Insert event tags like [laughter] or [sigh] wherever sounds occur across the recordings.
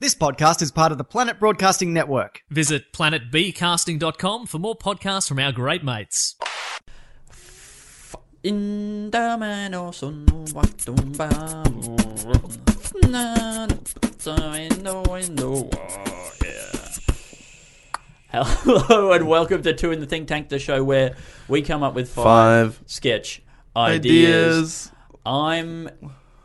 This podcast is part of the Planet Broadcasting Network. Visit planetbcasting.com for more podcasts from our great mates. In the man or son what do na so in the window oh, yeah. Hello and welcome to Two in the Think Tank, the show where we come up with five, Five. sketch ideas. I'm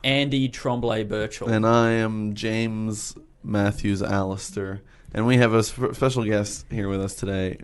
Andy Tremblay Birchall. And I am James Matthews Allister. And we have a sp- special guest here with us today.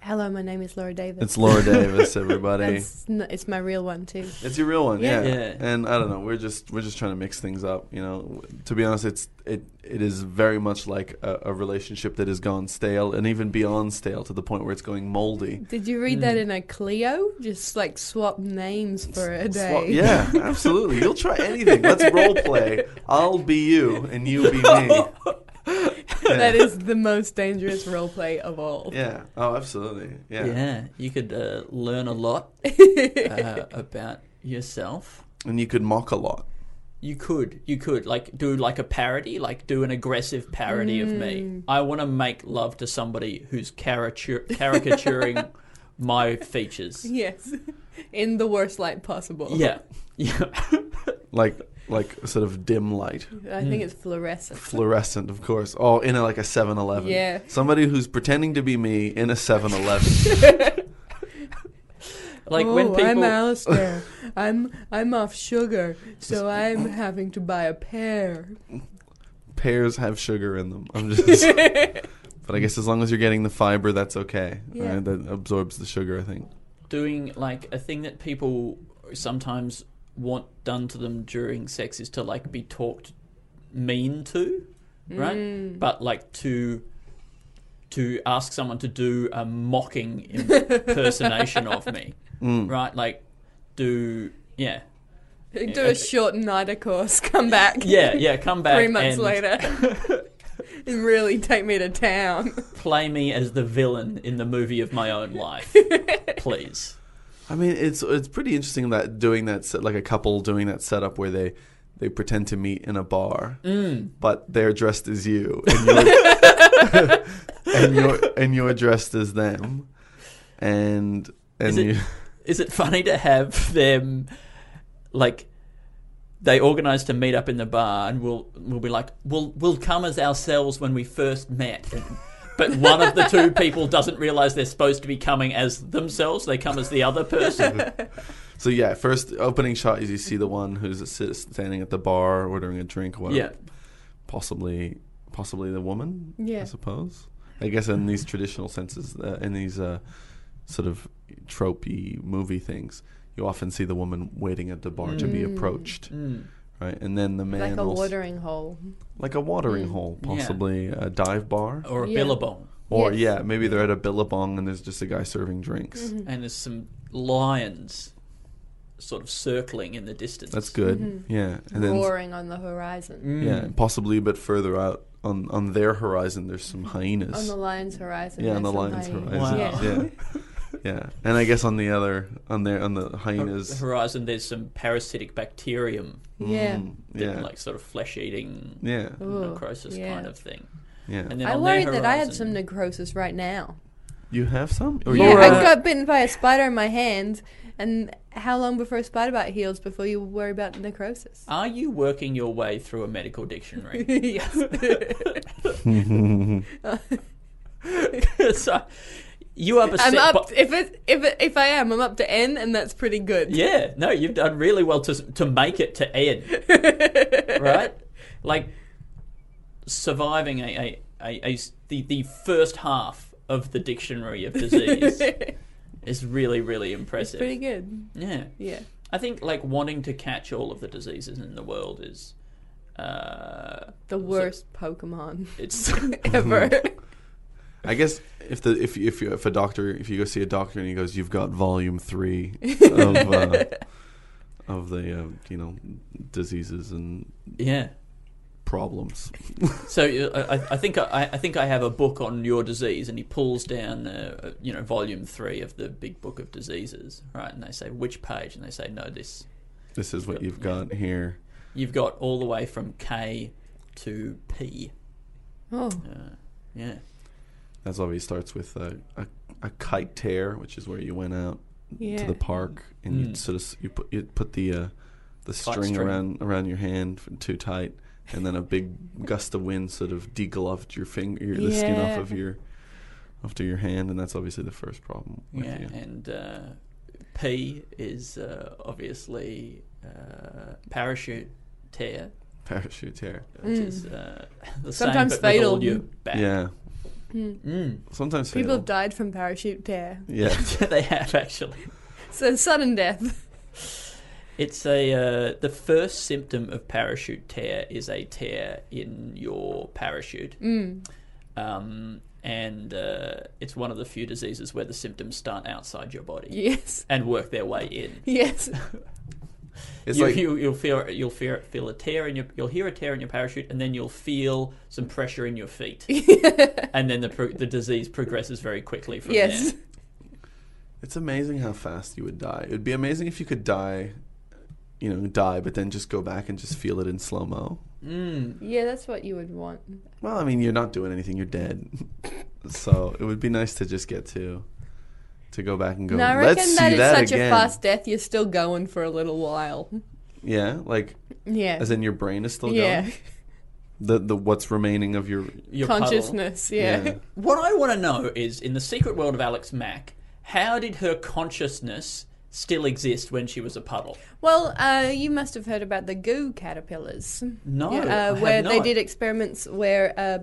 Hello, my name is Laura Davis. It's Laura Davis, everybody. It's, n- it's my real one too. It's your real one, Yeah. yeah. Yeah. And I don't know, we're just we're just trying to mix things up, you know. To be honest, it's it it is very much like a, a relationship that has gone stale and even beyond stale to the point where it's going moldy. Did you read Mm. that in a Clio? Just like swap names for a day. Well, yeah, absolutely. You'll try anything. Let's role play. I'll be you and you be me. [laughs] that is the most dangerous role play of all. Yeah. Oh, absolutely. Yeah, you could uh, learn a [laughs] lot uh, about yourself. And you could mock a lot. You could, you could like do like a parody, like do an aggressive parody of me. I want to make love to somebody who's caricature- caricaturing my features. [laughs] Yes, in the worst light possible. Yeah, [laughs] yeah. like like sort of dim light, I think Mm. it's fluorescent. fluorescent, of course. Oh, in a, like a 7-Eleven. Yeah. Somebody who's pretending to be me in a 7-Eleven. [laughs] Like oh, when people, [laughs] I'm Alistair. I'm I'm off sugar, so I'm having to buy a pear. Pears have sugar in them. I'm just. [laughs] but I guess as long as you're getting the fiber, that's okay. Yeah. Right? That absorbs the sugar, I think. doing like a thing that people sometimes want done to them during sex is to like be talked mean to, right? Mm. But like to to ask someone to do a mocking impersonation of me, right? Like do yeah. Do a short NIDA course. Come back. Yeah, yeah, come back Three months and later. [laughs] [laughs] and really take me to town. play me as the villain in the movie of my own [laughs] life, please. I mean, it's it's pretty interesting that doing that set, like a couple doing that setup where they they pretend to meet in a bar, Mm. but they're dressed as [laughs] you, and you're, and you're and you're dressed as them, and and it- you. Is it funny to have them like they organise to meet up in the bar and we'll we'll be like we'll we'll come as ourselves when we first met. But one of the two people doesn't realise they're supposed to be coming as themselves. They come as the other [laughs] person. So yeah, first opening shot is you see the one who's sit- standing at the bar ordering a drink, whatever. Yeah. possibly possibly the woman. Yeah. I suppose. I guess in these traditional senses, uh, in these uh, sort of tropey movie things, you often see the woman waiting at the bar to be approached, right? And then the man Mm. Like a Mm. will s- watering hole. like a watering hole, possibly a dive bar, Or a Yeah. billabong. or Oh. Yes. yeah, maybe they're at a billabong and there's just a guy serving drinks. Mm-hmm. And there's some lions sort of circling in the distance. That's good, Mm-hmm. yeah. And then Roaring on the horizon. Yeah, and possibly a bit further out on, on their horizon, there's some hyenas. Mm-hmm. On the lion's horizon. yeah, on the there's some lion's hyenas. horizon. Wow. Yeah. yeah, and I guess on the other, on their, on the hyenas. Horizon, there's some parasitic bacterium, [laughs] Yeah. Mm, yeah, like sort of flesh eating yeah, Ooh, necrosis yeah. kind of thing. yeah. And then I on worried their that I had horizon- some necrosis right now. You have some? Or Yeah, you I have- got bitten by a spider in my hand, and how long before a spider bite heals before you worry about [laughs] necrosis? Are you working your way through a medical [laughs] dictionary? [laughs] yes. so, you are beset I'm up. by- If it, if it, if I am, I'm up to N, and that's pretty [laughs] good. [laughs] yeah, no, you've done really well to to make it to Ed, [laughs] right? Like surviving a, a, a, a s- the the first half of the dictionary of [laughs] disease is really really impressive. Pretty good. Yeah, Yeah. I think like wanting to catch all of the diseases in the world is Uh, The worst [laughs] Pokemon [laughs] it's [laughs] ever. I guess if the if if you if a doctor if you go see a doctor and he goes you've got volume [laughs] three of uh, of the uh, you know diseases and yeah. problems. So uh, I, I think I, I think I have a book on your disease, and he pulls down uh, you know volume three of the big book of diseases, right? And they say which page, and they say no, this This is what you've got here. you've got all the way from K to P. oh, Yeah, That's why he starts with a, a, a kite tear, which is where you went out to Yeah. the park and you sort of s- you put you put the uh, the string, Mm. string. around around your hand f- too tight, and then a big gust of wind sort of degloved your finger your, the skin off Yeah. of your off to your hand, and that's obviously the first problem. With yeah, you. and uh, P is uh, obviously uh, parachute tear, parachute tear. which is uh, [laughs] the Hmm. Sometimes same, but with all fatal. your back. [laughs] Yeah, Mm. sometimes Hmm. fatal. people have died from parachute tear. [laughs] Yeah, they have actually. So sudden death. [laughs] It's a uh, the first symptom of parachute tear is a tear in your parachute, Mm. um, and uh, it's one of the few diseases where the symptoms start outside your body Yes. and work their way [laughs] in. Yes. it's you, like you, you'll feel you'll feel, feel a tear in your you'll hear a tear in your parachute, and then you'll feel some pressure in your feet, [laughs] and then the pro- the disease progresses very quickly from yes. there. It's amazing how fast you would die. It would be amazing if you could die, you know, die, but then just go back and just feel it in slow mo. Yeah, that's what you would want. Well, I mean, you're not doing anything. You're dead. [laughs] so it would be nice to just get to, to go back and go. No, I reckon Let's see that is that such again. a fast death. You're still going for a little while. Yeah, like Yeah. as in your brain is still yeah. going. The the what's remaining of your Your puddle. Consciousness. Yeah. Yeah. What I want to know is in the secret world of Alex Mack, how did her consciousness still exist when she was a puddle? Well, uh, you must have heard about the goo caterpillars. No, Yeah, I uh, have where they not. did experiments where uh,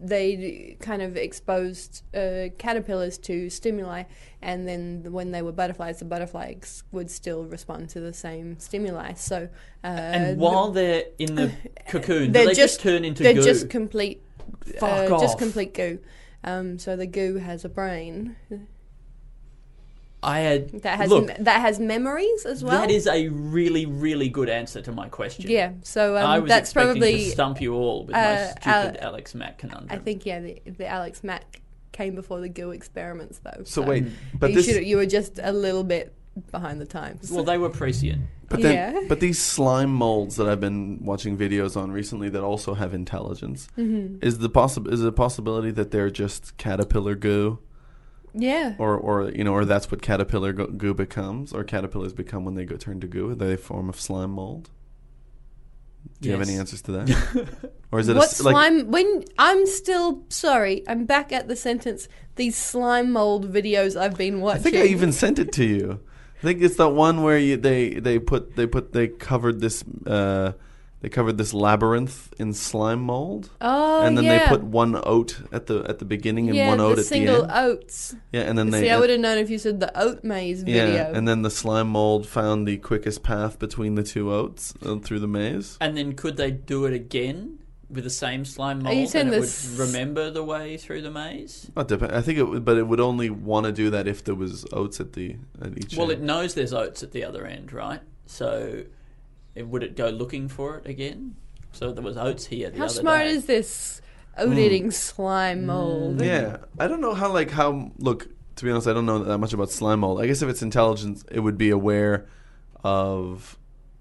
they d- kind of exposed uh, caterpillars to stimuli, and then when they were butterflies, the butterflies would still respond to the same stimuli. So uh, and while they're in [laughs] the cocoon, do they're they just, turn into they're goo. just complete, Fuck uh, just off. complete goo. Um, so the goo has a brain I had that has look. m- that has memories as well. that is a really, really good answer to my question. yeah. So I um, was that's expecting probably to stump you all with my uh, stupid uh, Alex Mack conundrum. I think yeah, the, the Alex Mack came before the goo experiments though. So Mm. wait, but you, this should, you were just a little bit behind the times. Well, they were prescient. but then yeah. but these slime molds that I've been watching videos on recently that also have intelligence. Mm-hmm. Is the possible is it a possibility that they're just caterpillar goo? yeah. or or you know, or that's what caterpillar go- goo becomes, or caterpillars become when they go turn to goo. Are they a form of slime mold? Do you have any Yes. answers to that? [laughs] or is it What a, s- like slime? When I'm still sorry, I'm back at the sentence. These slime mold videos I've been I watching. think I even sent it to you. I think it's that one where you, they they put they put they covered this uh, they covered this labyrinth in slime mold. Oh and then yeah. they put one oat at the at the beginning and yeah, one oat the at single the end. oats. Yeah, and then they See, I would have known if you said the oat maze yeah, video. and then the slime mold found the quickest path between the two oats uh, through the maze. And then could they do it again with the same slime mold? you saying and it this- would remember the way through the maze? Not depend. I think it, would, but it would only want to do that if there was oats at the at each. Well, it end. knows there's oats at the other end, right? So, it, would it go looking for it again? So there was oats here. The How other smart day. is this oat eating slime mold? Mm. yeah. I don't know how like how look. To be honest, I don't know that much about slime mold. I guess if it's intelligence, it would be aware of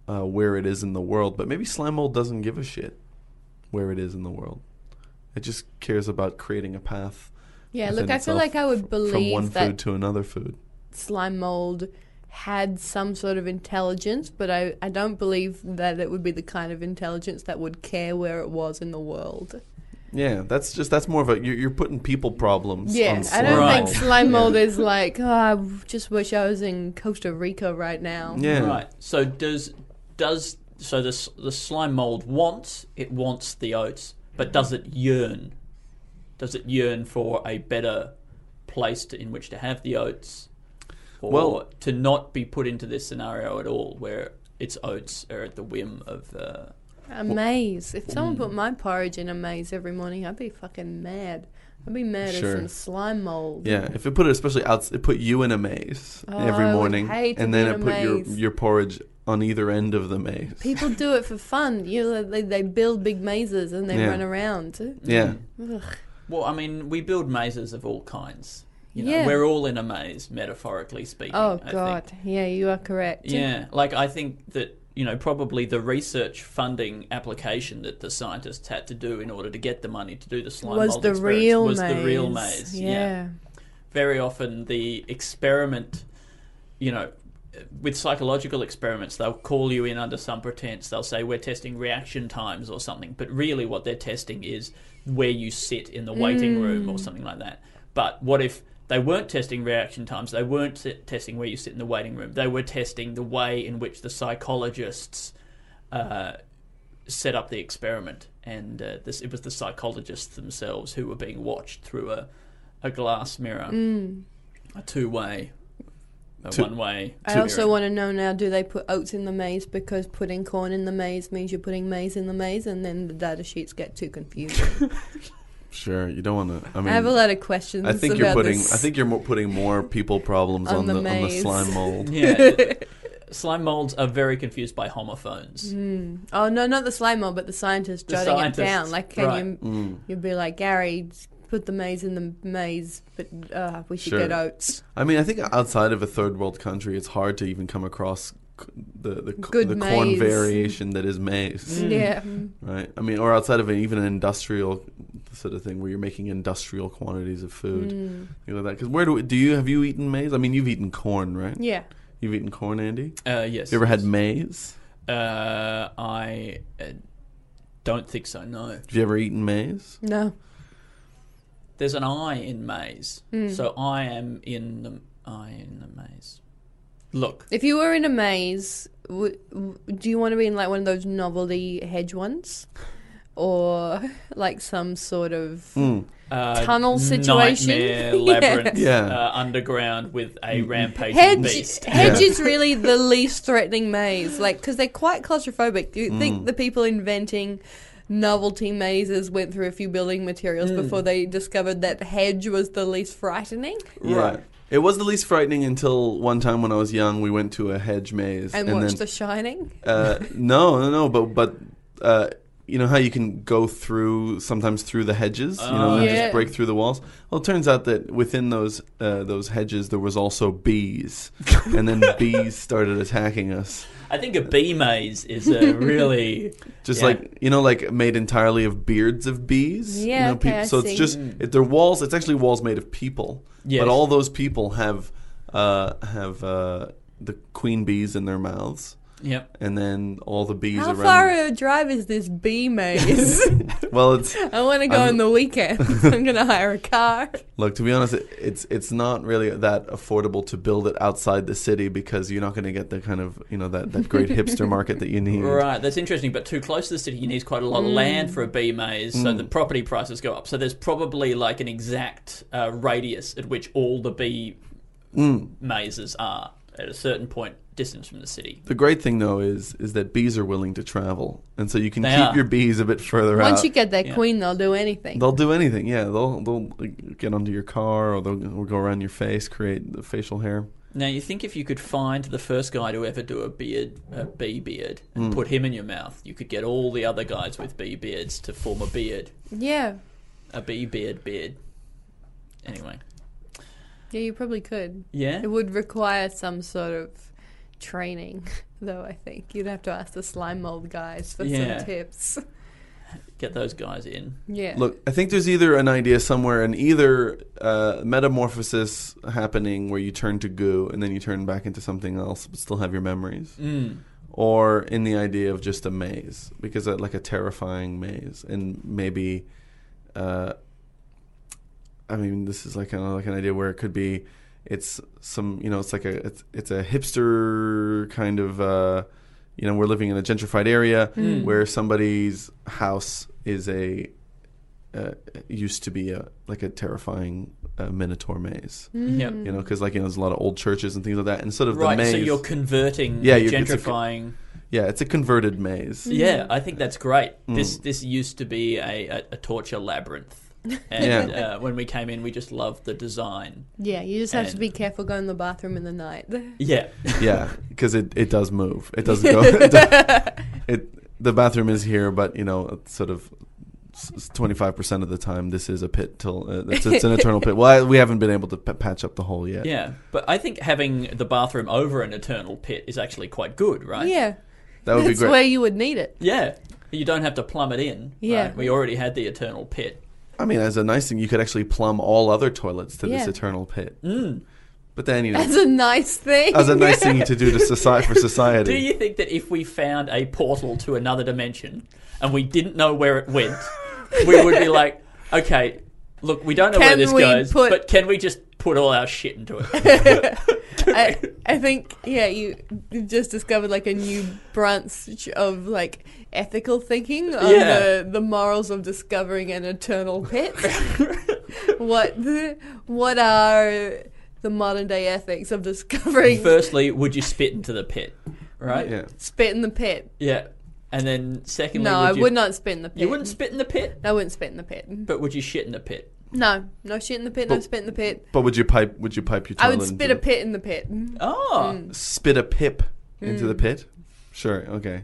uh, where it is in the world. But maybe slime mold doesn't give a shit where it is in the world. It just cares about creating a path. Yeah, within look, I feel itself like I would f- from one believe food that to another food. slime mold had some sort of intelligence, but I, I don't believe that it would be the kind of intelligence that would care where it was in the world. Yeah, that's just that's more of a you're, you're putting people problems. Yeah, on I slime don't Right. think mold. slime mold is like, oh, I just wish I was in Costa Rica right now. Yeah. Right. So does does so the s- the slime mold wants it wants the oats, but does it yearn? Does it yearn for a better place to, in which to have the oats, or Well- to not be put into this scenario at all, where its oats are at the whim of uh, A maze. If someone Mm. put my porridge in a maze every morning, I'd be fucking mad. I'd be mad Sure. at some slime mold. Yeah, if it put it especially out, it put you in a maze Oh, every I would morning, hate to and be then in it a put your maze. your porridge on either end of the maze. People do it for fun. You know, they, they build big mazes and they Yeah. run around. yeah, Well, I mean, we build mazes of all kinds. You know, Yeah. we're all in a maze, metaphorically speaking. Oh I God, Think. yeah, you are correct. Yeah, like I think that you know probably the research funding application that the scientists had to do in order to get the money to do the slime was mold the experiments real was maze? the real maze. Yeah. very often the experiment, you know, with psychological experiments, they'll call you in under some pretense. They'll say we're testing reaction times or something, but really what they're testing is where you sit in the waiting room or something like that. But what if they weren't testing reaction times? They weren't t- testing where you sit in the waiting room. They were testing the way in which the psychologists uh, set up the experiment, and uh, this it was the psychologists themselves who were being watched through a a glass mirror, Mm. a two way, a Two- one way. I also want to know now: Do they put oats in the maze because putting corn in the maze means you're putting maize in the maze, and then the data sheets get too confusing? sure. You don't want to. [laughs] I I, mean, have a lot of questions. I think about you're putting. This. I think you're more putting more people problems [laughs] On on, the the, on the maze. slime [laughs] mold. Yeah. Slime molds are very confused by homophones. Oh no, not the slime mold, but the scientist The jotting it scientists, down. Like, can right. you? Mm. You'd be like, Gary, put the maize in the maze, but uh, we should Sure. get oats. I mean, I think outside of a third world country, it's hard to even come across c- the the, c- Good Mm. the corn maize. variation that is maize, Yeah. right? I mean, or outside of an, even an industrial sort of thing where you're making industrial quantities of food, Mm. things like that. Because where do do you have you eaten maize? I mean, you've eaten corn, right? Yeah. You've eaten corn, Andy. Uh, yes. You ever had maize? Uh, I uh, don't think so. No. Have you ever eaten maize? No. There's an I in maze, Mm. so I am in the I in the maze. Look, If you were in a maze, w- w- do you want to be in like one of those novelty hedge ones? Or like some sort of uh, Tunnel situation? [laughs] nightmare Yeah. labyrinth, Yeah. Uh, underground with a rampaging hedge? beast. [laughs] Hedge is really the least threatening maze, like because they're quite claustrophobic. You think the people inventing novelty mazes went through a few building materials before they discovered that hedge was the least frightening? Yeah. It was the least frightening until one time when I was young, we went to a hedge maze And, watch The Shining. Uh, no, no, no. But but uh, you know how you can go through sometimes through the hedges, you know, and Oh, Yeah. just break through the walls. Well, it turns out that within those uh, those hedges there was also [laughs] bees, and then bees started attacking us. I think a bee maze is a really Just Yeah. like you know, like made entirely of beards of bees. Yeah, you know, okay, peop- I so see. it's just it, they're walls. It's actually walls made of people. Yes. But all those people have uh, have uh, the queen bees in their mouths, yep. and then all the bees How around. far a drive is this bee maze? [laughs] well, it's I want to go I'm- on the weekend. I'm going to hire a car. Look, to be honest, it, it's it's not really that affordable to build it outside the city because you're not going to get the kind of you know that, that great hipster market [laughs] that you need. Right, that's interesting. But too close to the city, you need quite a lot of land for a bee maze, so the property prices go up. So there's probably like an exact uh, radius at which all the bee mazes are at a certain point distance from the city. The great thing though is is that bees are willing to travel, and so you can They keep are. your bees a bit further Once out. you get that queen, they'll do anything. they'll do anything. Yeah, they'll they'll like, get onto your car or they'll go around your face, create the facial hair. Now, you think if you could find the first guy to ever do a beard, a bee beard, and put him in your mouth, you could get all the other guys with bee beards to form a beard, yeah. a bee beard beard. Anyway, Yeah, you probably could. yeah. It would require some sort of training, [laughs] though, I think. You'd have to ask the slime mold guys for Yeah. some tips. [laughs] Get those guys in. Yeah. Look, I think there's either an idea somewhere, and either uh, metamorphosis happening where you turn to goo and then you turn back into something else, but still have your memories, or in the idea of just a maze, because uh, like a terrifying maze, and maybe, uh, I mean, this is like an, like an idea where it could be, it's some you know, it's like a it's it's a hipster kind of. Uh, you know, we're living in a gentrified area where somebody's house is a uh, used to be a like a terrifying a minotaur maze. Mm. Yep. You know, because like you know, there's a lot of old churches and things like that. And sort of Right, the maze. so you're converting, Yeah, yeah, you're- it's a co- gentrifying. yeah, it's a converted maze. [laughs] Mm. Yeah, I think that's great. Mm. This this used to be a, a, a torture [laughs] labyrinth, and Yeah. uh, when we came in, we just loved the design. Yeah, you just have to And- be careful going to the bathroom in the night. [laughs] Yeah, [laughs] Yeah, because it, it does move. It doesn't [laughs] go. it, does- it- the bathroom is here, but you know, it's sort of twenty five percent of the time, this is a pit till uh, it's, it's an eternal pit. Well, I, we haven't been able to p- patch up the hole yet. yeah, but I think having the bathroom over an eternal pit is actually quite good, right? yeah, that would be that's great. where you would need it. yeah. You don't have to plumb it in. Yeah. right? we already had the eternal pit. I mean, as a nice thing, you could actually plumb all other toilets to this Yeah. eternal pit. Mm. But then you [laughs] know, That's a nice thing. as a nice thing to do to society [laughs] for society. Do you think that if we found a portal to another dimension and we didn't know where it went, we would be like, [laughs] okay, look, we don't know where Can this we goes, put- but can we just put all our shit into it? [laughs] [laughs] I, I think yeah, you you've just discovered like a new branch of like ethical thinking on Yeah. the, the morals of discovering an [laughs] eternal pit. what the, what are the modern day ethics of discovering Firstly, would you spit into the pit? Right? yeah. spit in the pit? Yeah. And then secondly, No, would I you, would not spit in the pit. You wouldn't spit in the pit, I wouldn't spit in the pit. but would you shit in the pit? No, no shit in the pit. no spit in the pit. But would you pipe? Would you pipe your I toilet? would into spit the- a pit in the pit. Oh, Hmm. Spit a pip into Mm. the pit. Sure. Okay.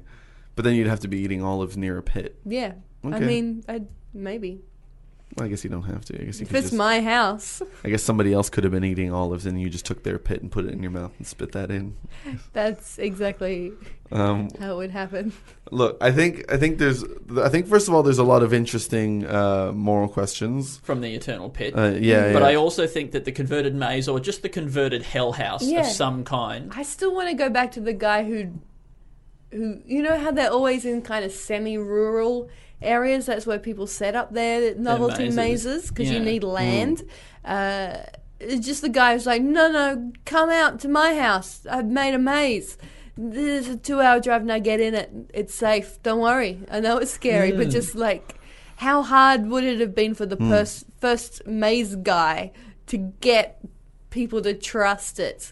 But then you'd have to be eating olives near a pit. Yeah, I Okay. mean, I'd, maybe Well, I guess you don't have to. I guess you if could it's just. my house. [laughs] I guess somebody else could have been eating olives, and you just took their pit and put it in your mouth and spit that in. That's exactly Um, how it would happen. look, I think I think there's I think first of all there's a lot of interesting uh, moral questions. from the eternal pit. Uh, yeah, but yeah. I also think that the converted maze or just the converted hell house Yeah. of some kind. I still want to go back to the guy who, who you know how they're always in kind of semi-rural areas. That's where people set up their novelty mazes. mazes because you Yeah. Mm. need land. Uh, it's just the guy who's like, no, no, come out to my house. I've made a maze. This is a two-hour drive, now get in it. It's safe. Don't worry. I know it's scary, Mm. but just like, how hard would it have been for the pers- first maze guy to get people to trust it?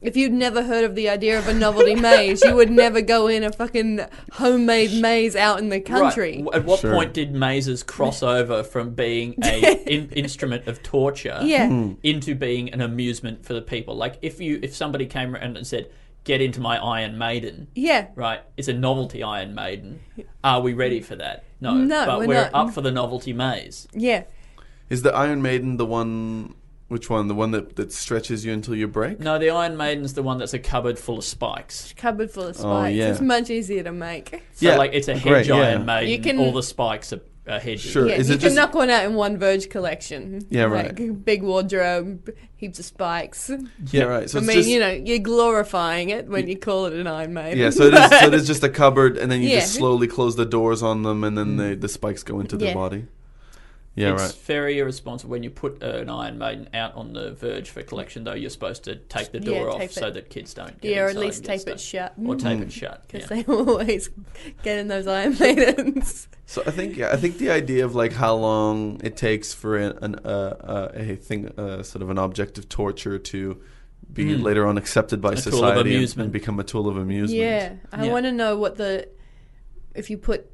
If you'd never heard of the idea of [laughs] a novelty maze, you would never go in a fucking homemade maze out in the country. Right. At what Sure. point did mazes [laughs] cross over from being a in- instrument of torture Yeah. Hmm. into being an amusement for the people? Like if you if somebody came around and said, "Get into my Iron Maiden," Yeah. right? It's a novelty Iron Maiden. Are we ready for that? No, No, but we're we're, not. up for the novelty maze. Yeah. Is the Iron Maiden the one? Which one? The one that, that stretches you until you break? No, the Iron Maiden's the one that's a cupboard full of spikes. Cupboard full of spikes. Oh, yeah. It's much easier to make. So Yeah, like it's a great, hedge yeah. Iron Maiden. You can- All the spikes are, are hedges. Sure. Yeah, Is you it can just knock one out in one Verge collection. Yeah, Like, Big wardrobe, heaps of spikes. yeah right? So I it's mean, just, you know, you're glorifying it when you call it an Iron Maiden. Yeah, so it, is, so it is [laughs] just a cupboard, and then you just Yeah. Mm. slowly close the doors on them, and then the, the spikes go into their Yeah. body. Yeah, it's right. very irresponsible when you put an Iron Maiden out on the verge for collection, though. You're supposed to take the Yeah, door off tape so it. that kids don't get Yeah, or at inside least and get tape it stuck. shut. Or Mm. tape it shut. yeah. Because they [laughs] always get in those Iron Maidens. So I think yeah, I think the idea of like how long it takes for an, an uh, uh, a thing, uh, sort of an object of torture to be Mm. later on accepted by tool of society and- and, amusement. become a tool of amusement. Yeah, I Yeah. want to know what the if you put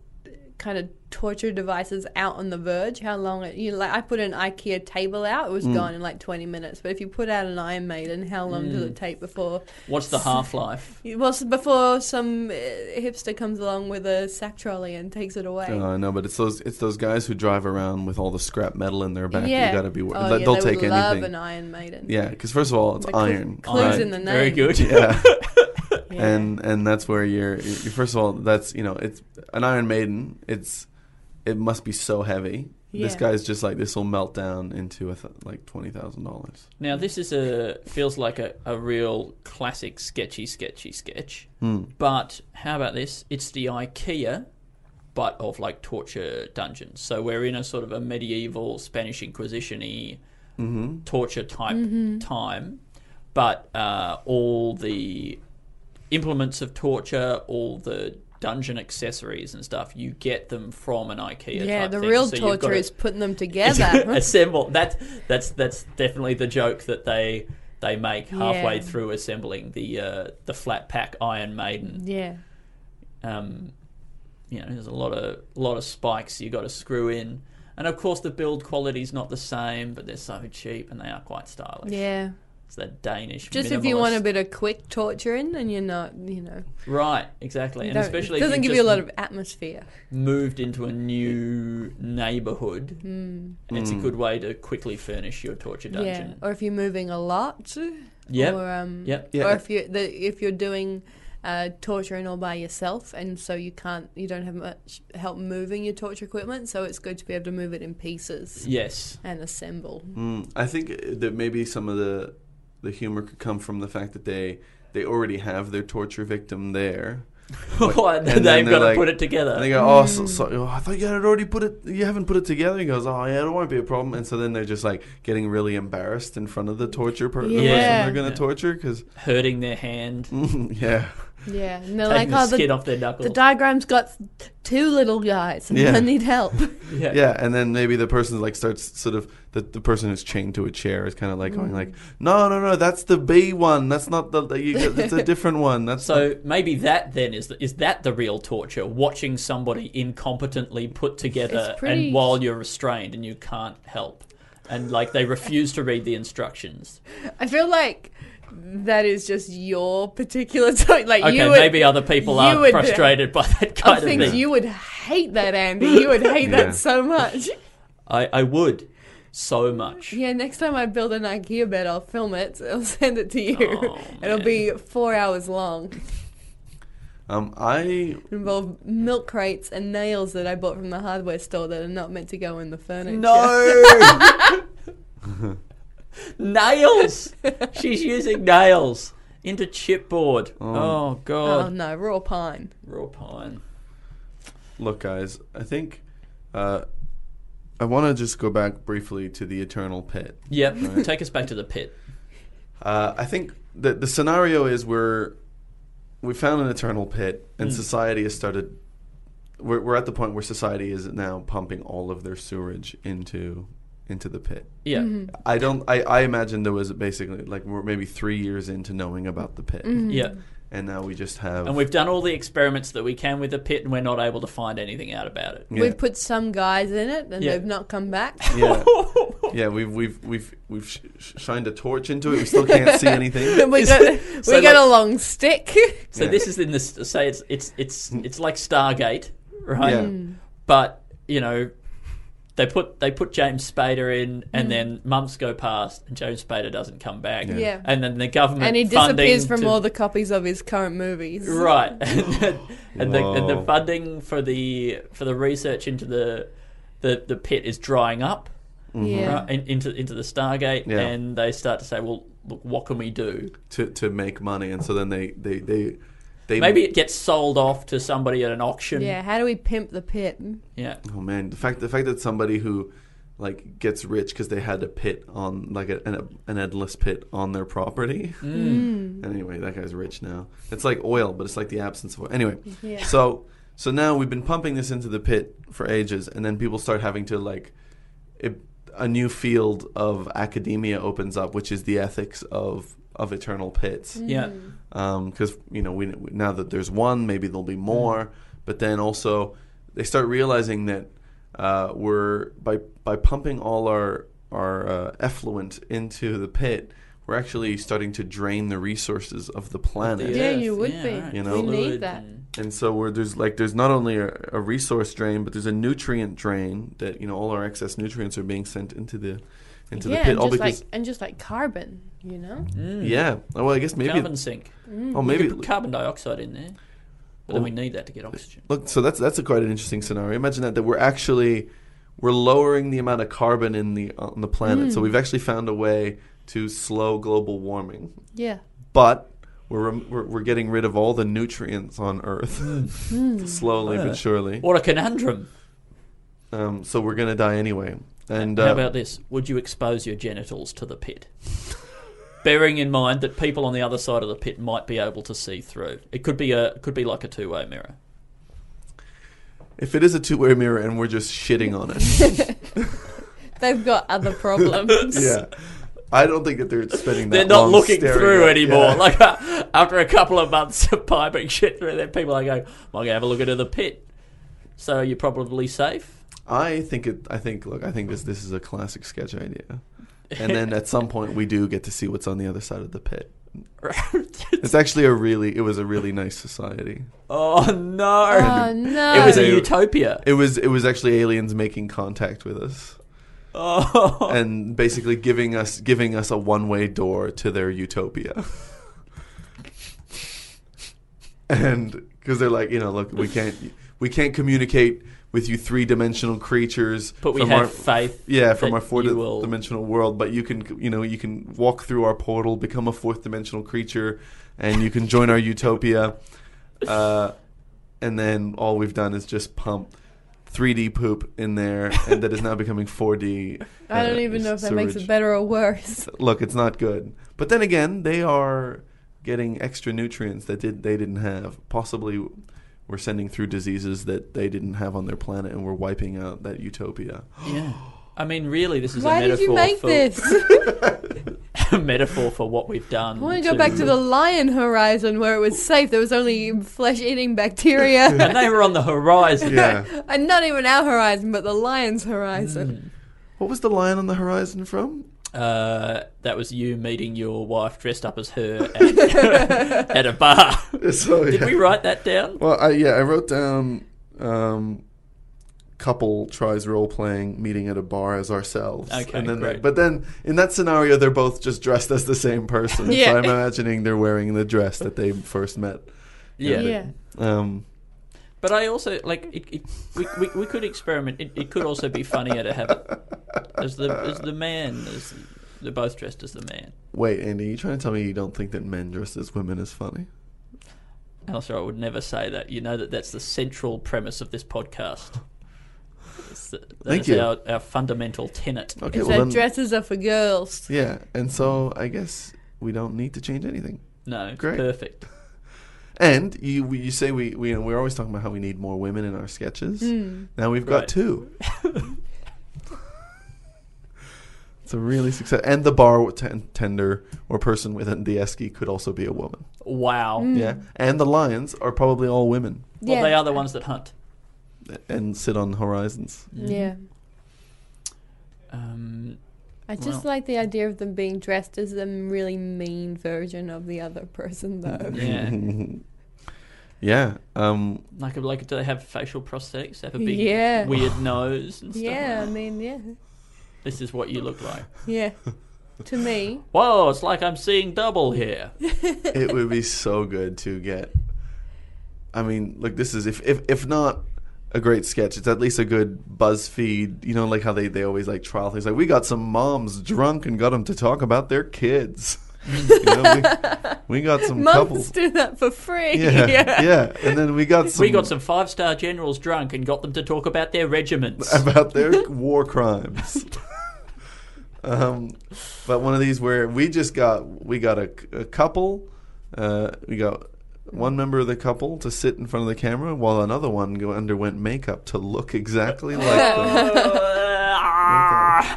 kind of torture devices out on the verge, how long it you know, like I put an IKEA table out, it was Mm. gone in like twenty minutes. But if you put out an Iron Maiden, how long does Mm. it take before? What's [laughs] the half life? Well, s- before some uh, hipster comes along with a sack trolley and takes it away. Uh, I know, but it's those it's those guys who drive around with all the scrap metal in their back. yeah, You got to be worried. Oh, they, yeah, will they take anything. would Love an Iron Maiden. yeah, because first of all, it's The cl- iron. clues Iron. in the name. Very good. [laughs] [laughs] Yeah. [laughs] Yeah. and and that's where you're, you first of all that's you know it's an iron maiden it's it must be so heavy this Yeah. guy's just like this will melt down into a th- like twenty thousand dollars Now this is a feels like a, a real classic sketchy sketchy sketch. But how about this? It's the IKEA but of like torture dungeons. So we're in a sort of a medieval Spanish Inquisition y torture type Mm-hmm. time. But uh, all the implements of torture, all the dungeon accessories and stuff, you get them from an IKEA. yeah, type the thing. real So you've torture gotta- is putting [laughs] them together. assemble. That that's that's definitely the joke that they they make halfway Yeah. through assembling the uh, the flat pack Iron Maiden. yeah. Um, you know, there's a lot of lot of spikes you got to screw in, and of course the build quality's not the same, but they're so cheap and they are quite stylish. [laughs] Yeah. it's that Danish. Just if you want a minimalist- bit of quick torturing, then you're not, you know, right? Exactly, and don't- especially it if doesn't you've give you a just lot of atmosphere. moved into a new neighborhood. And it's a good way to quickly furnish your torture dungeon. Hmm. Yeah, or if you're moving a lot. Yep. Or, um, Yep. Yeah. or if you the, if you're doing uh, torturing all by yourself, and so you can't you don't have much help moving your torture equipment, so it's good to be able to move it in [laughs] pieces Yes. and assemble. I think uh, that maybe some of the the humor could come from the fact that they they already have their torture victim there. and they've then they're got to like- put it together. And they go, oh, Mm. so, so, oh, I thought you had already put it. You haven't put it together. He goes, oh, yeah, it won't be a problem. And so then they're just like getting really embarrassed in front of the torture per- the person Yeah. they're going to torture because, hurting their hand, [laughs] Mm-hmm. yeah, Yeah, and they're like, taking oh, the skin the, off their knuckles. the diagram's got two little guys, and Yeah. I need [laughs] help. yeah. yeah. And then maybe the person like starts sort of the, the person who's chained to a chair is kind of like going Mm. like, no, no, no, that's the B one. That's not the. the you, it's a different one. That's [laughs] not- So maybe that then is the, is that the real torture? Watching somebody incompetently put together It's pretty- and while you're restrained and you can't help, and like they refuse to read the instructions. I feel like that is just your particular [laughs] tor- like Okay, you would, maybe other people you are would- frustrated by [laughs] that I kind of think thing. you would hate that, Andy. You would hate Yeah. that so much. I, I would so much. Yeah, next time I build an IKEA bed, I'll film it. [laughs] I'll send it to you. Oh, It'll man. be four hours long. um, I Involve milk crates and nails that I bought from the hardware store that are not meant to go in the furniture. No. [laughs] nails. She's using nails into chipboard. Oh, Oh god. no, raw pine. Raw pine. Look, guys, I think uh, I want to just go back briefly to the Eternal Pit. Yep. Take us back to the pit. Uh, I think that the scenario is we're we found an Eternal Pit, Mm. and society has started. We're, we're at the point where society is now pumping all of their sewage into into the pit. Yeah. I don't. I, I imagine there was basically like we're maybe three years into knowing about the pit, Yeah. and now we just have. And we've done all the experiments that we can with the pit and we're not able to find anything out about it. yeah. We've put some guys in it, and Yeah. they've not come back. yeah. Yeah, we've we've we've we've sh- sh- shined a torch into it. We still can't see [laughs] anything. [laughs] we got we so, got a like- [laughs] long stick. So this is in this say it's it's it's it's like Stargate, right? Yeah. But, you know, they put they put James Spader in Mm. and then months go past and James Spader doesn't come back. Yeah. And then the government and he funding disappears from to- all the copies of his current [laughs] movies. [laughs] Right, and, and, the, and the Whoa. funding for the for the research into the the, the pit is drying up Yeah. right, in, into into the Stargate, Yeah. and they start to say, "Well, look, what can we do?" to to make money, and so then they they they, they Maybe it gets sold off to somebody at an auction. Yeah, how do we pimp the pit? yeah. Oh man, the fact the fact that somebody who like gets rich because they had a pit on like a, an, an endless pit on their property. Anyway, that guy's rich now. It's like oil, but it's like the absence of oil. Anyway, so so now we've been pumping this into the pit for ages, and then people start having to like it, a new field of academia opens up, which is the ethics of of eternal pits yeah. Mm. because Um, you know we we- now that there's one, maybe there'll be more. But then also they start realizing that uh, we're by by pumping all our our uh, effluent into the pit, we're actually starting to drain the resources of the planet. Yeah, you would Yeah, be. right. You know? we need Fluid that. and- And so we're, there's like there's not only a, a resource drain, but there's a nutrient drain that you know all our excess nutrients are being sent into the into the yeah, pit. and All just mm. because Mm. like and just like carbon, you know. yeah, well I guess maybe carbon sink. oh maybe Mm. Put carbon dioxide in there, but then we need that to get oxygen. Look, so that's that's a quite an interesting scenario. Imagine that that we're actually we're lowering the amount of carbon in the uh, on the planet. Mm. So we've actually found a way to slow global warming, Yeah. but we're rem- we're, we're getting rid of all the nutrients on [laughs] Earth Mm. slowly but surely. What a conundrum! Um, so we're gonna die anyway. And How uh, about this? Would you expose your genitals to the pit? [laughs] Bearing in mind that people on the other side of the pit might be able to see through. It could be a could be like a two way mirror. If it is a two-way mirror and we're just shitting [laughs] on it, They've got other problems. yeah, I don't think that they're spending. Um, That They're not long looking staring through at- anymore. yeah. Like uh, after a couple of months of piping shit through there, people are going, "Well, "I'm gonna have a look into the pit." So you're probably safe. [laughs] I think it. I think. Look, I think this this is a classic sketch idea. And then [laughs] at some point we do get to see what's on the other side of the pit. It's actually a really. It was a really nice society. oh no! Oh it was no. a They- [laughs] utopia. It was. It was actually aliens making contact with us oh, and basically giving us giving us a one way door to their utopia. [laughs] and because they're like, you know, look, we can't we can't communicate with you three dimensional creatures. but we from have our- faith. Yeah, from that our fourth you will- dimensional world, but you can you know you can walk through our portal, become a fourth dimensional creature, and you can join our utopia. Uh, and then all we've done is just pump 3D poop in there, and that is now becoming 4D. I uh, don't even know if that makes sewage. it better or worse. Look, it's not good. But then again, they are getting extra nutrients that did they didn't have. Possibly, we're sending through diseases that they didn't have on their planet, and we're wiping out [laughs] that utopia. Yeah. I mean, really, this is a Why metaphor did you make for this? a metaphor for what we've done. I want to go back to the lion horizon where it was safe. There was only flesh eating bacteria. [laughs] And they were on the horizon. Yeah. [laughs] and not even our horizon, but the lion's horizon. What was the lion on the horizon from? Uh, that was you meeting your wife dressed up as her at, [laughs] at a bar. [laughs] So, Did yeah. we write that down? Well, I, yeah, I wrote down um, couple tries role playing meeting at a bar as ourselves. Okay, and then great. but then in that scenario, they're both just dressed as the [laughs] same person. Yeah. So I'm imagining they're wearing the dress that they first met. Yeah. Yeah. Um, But I also like it. it we, we, we could experiment. It, it could also be funnier to have it as the as the man. As they're both dressed as the man. wait, Andy, you trying to tell me you don't think that men dressed as women is funny? And also, I would never say that. You know that that's the central premise of this podcast. It's the- that Thank is you. Oh, Our, our fundamental tenet. Okay, It's well that then, dresses are for girls. yeah, and so I guess we don't need to change anything. No, it's Great. perfect. And you you say we we we're always talking about how we need more women in our sketches. Now we've got Right. two. it's a really success. And the bar ten- tender or person within the esky could also be a woman. Wow. Yeah. And the lions are probably all women Well, Mm, Yeah. they are the ones that hunt. and sit on horizons. Yeah. Um, I just Wow. like the idea of them being dressed as a really mean version of the other [laughs] person, though. yeah. Yeah. Um, like, like, do they have facial prosthetics? They have a big, Yeah. weird nose and stuff. yeah, I like that? mean, yeah. This is what you look like. [laughs] Yeah. to me. Whoa! It's like I'm seeing double here. it would be so good to get. I mean, like this is if if if not a great sketch, it's at least a good BuzzFeed. You know, like how they they always like trial things. Like we got some moms drunk and got them to talk about their kids. [laughs] You know, we, we got some Mums [laughs] couples. do that for free. [laughs] Yeah, yeah, and then we got some. We got some five star generals drunk and got them to talk about their regiments. [laughs] about their war crimes. [laughs] um, but one of these where we just got we got a, a couple, uh, we got one member of the couple to sit in front of the camera while another one go, underwent makeup to look exactly like [laughs] them.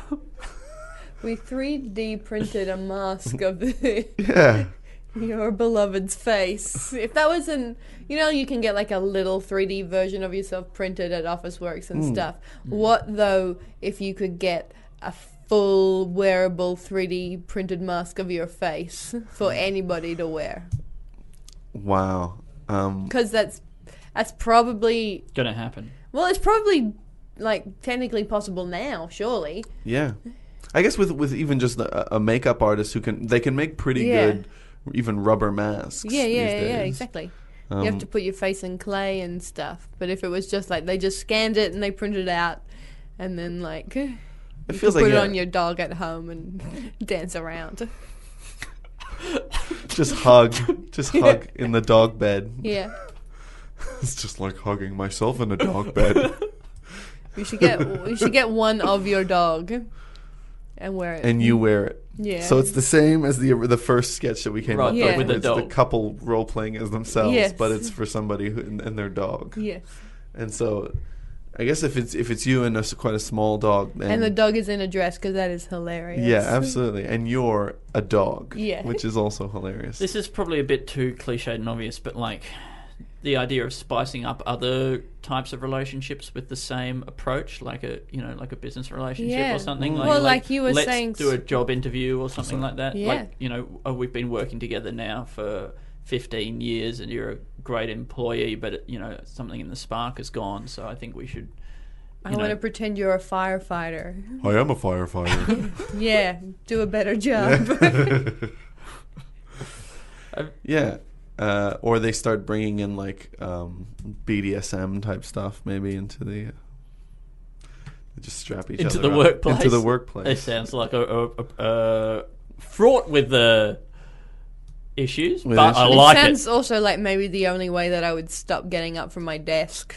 We 3D printed [laughs] a mask of [laughs] the, Yeah, your beloved's face. If that was an, you know, you can get like a little 3D version of yourself printed at Office Works Hmm. and stuff. What though if you could get a full wearable 3D printed mask of [laughs] your face for anybody to wear? wow. Um, Because that's that's probably Gonna happen. well, it's probably like technically possible now, surely. yeah, I guess with with even just a, a makeup artist who can they can make pretty Yeah. good even rubber masks. Yeah, these yeah, yeah, days. Um, exactly. you have to put your face in clay and stuff. But if it was just like they just scanned it and they printed it out, and then like [laughs] you It could feels put like it yeah, on your dog at home and [laughs] dance around. just hug, [laughs] just hug in the dog bed. Yeah, It's just like hugging myself in a dog bed. you should get you should get one of your dog and wear it. and you wear it. Yeah. So it's the same as the the first sketch that we came Right, up with. but with where a it's dog. the couple role playing as themselves, Yes. but it's for somebody who, and, and their dog. yes, And so I guess if it's if it's you and a s quite a small dog, then And the dog is in a dress because that is hilarious. yeah, absolutely, and you're a dog, Yeah. which is also hilarious. This is probably a bit too cliched and obvious, but like the idea of spicing up other types of relationships with the same approach, like a you know, like a business relationship Yeah. or something. Mm. Well, like you were let's saying- do a job interview or something like that. Yeah. Like you know, oh, we've been working together now for. 15 years and you're a great employee but you know something in the spark is gone so i think we should I you know- want to pretend you're a firefighter. I am a firefighter. Yeah, do a better job. yeah, uh, or they start bringing in like um, BDSM type stuff maybe into the. Uh, they just strap each into other the up. workplace. Into the It workplace. sounds like a, a, a, a fraught with the issues, With but [laughs] I issues. like Sounds it. also like maybe the only way that I would stop getting up from my desk.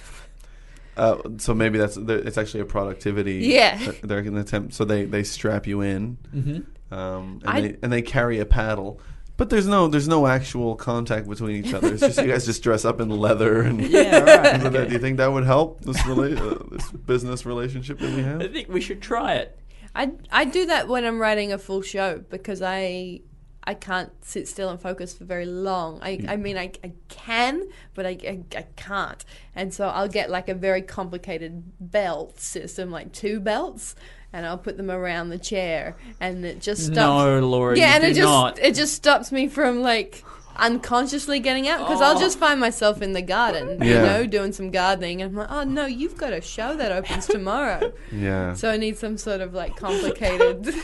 Uh, so maybe that's there- it's actually a productivity. [laughs] Yeah. they're- They're an attempt. So they they strap you in, Mm-hmm. um, and I- they and they carry a paddle. But there's no there's no actual contact between each other. It's just you guys just dress up in leather [laughs] and. Yeah, But right. that- Do you think that would help this rela- uh, this business relationship that we [laughs] I [laughs] have? think we should try it. I I do that when I'm writing a full show because I I can't sit still and focus for very long. I, Hmm. I mean I, I can, but I, I I can't. And so I'll get like a very complicated belt system, like two belts, and I'll put them around the chair, and it just stops. No, Laura, yeah, you and do it just not. it just stops me from like unconsciously getting out because I'll just find myself in the garden, you Yeah. know, doing some gardening, and I'm like, oh no, you've got a show that opens tomorrow. Yeah, So I need some sort of [laughs] like complicated,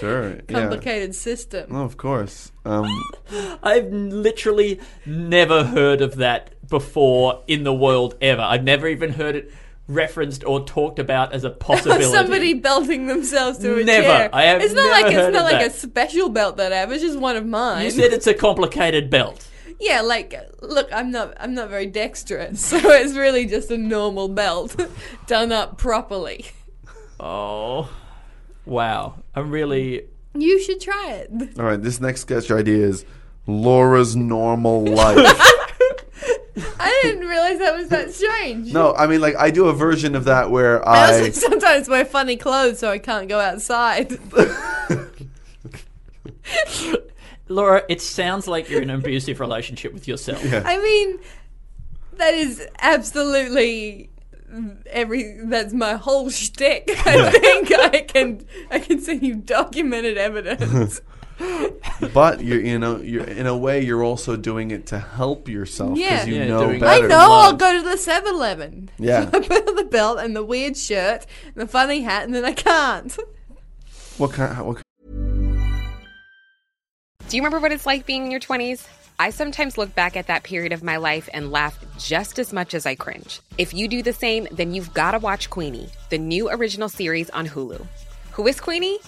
sure. Yeah. complicated system. Oh, of course. Um, I've literally never heard of that before in the world ever. I've never even heard it referenced or talked about [laughs] as a possibility. Somebody belting themselves to a Never. chair. I have it's not never like heard it's not of like that. a special belt that I have. It's just one of mine. you [laughs] said it's a complicated belt. yeah, like look, I'm not I'm not very dexterous, [laughs] so it's really just a normal belt [laughs] done up properly. Oh, wow! I'm really You should try it. all right, this next sketch idea is Laura's normal life. [laughs] I didn't realize that was that strange. no, I mean like I do a version of that where [laughs] I I also sometimes wear funny clothes, so I can't [laughs] go outside. Laura. It sounds like you're in an abusive relationship with yourself. I mean, that is absolutely every. That's my whole shtick. I think [laughs] I can. I can send you documented [laughs] evidence. But you're, you know, you're in a way, you're also doing it to help yourself because Yeah. you Yeah, know doing- I better. know. I'll go to the 7-Eleven. Yeah. [laughs] I put on the belt and the weird shirt and the funny hat, and then I can't. What kind? What kind Do you remember what it's like being in your 20s? I sometimes look back at that period of my life and laugh just as much as I cringe. If you do the same, then you've got to watch Queenie, the new original series on Hulu. Who is Queenie?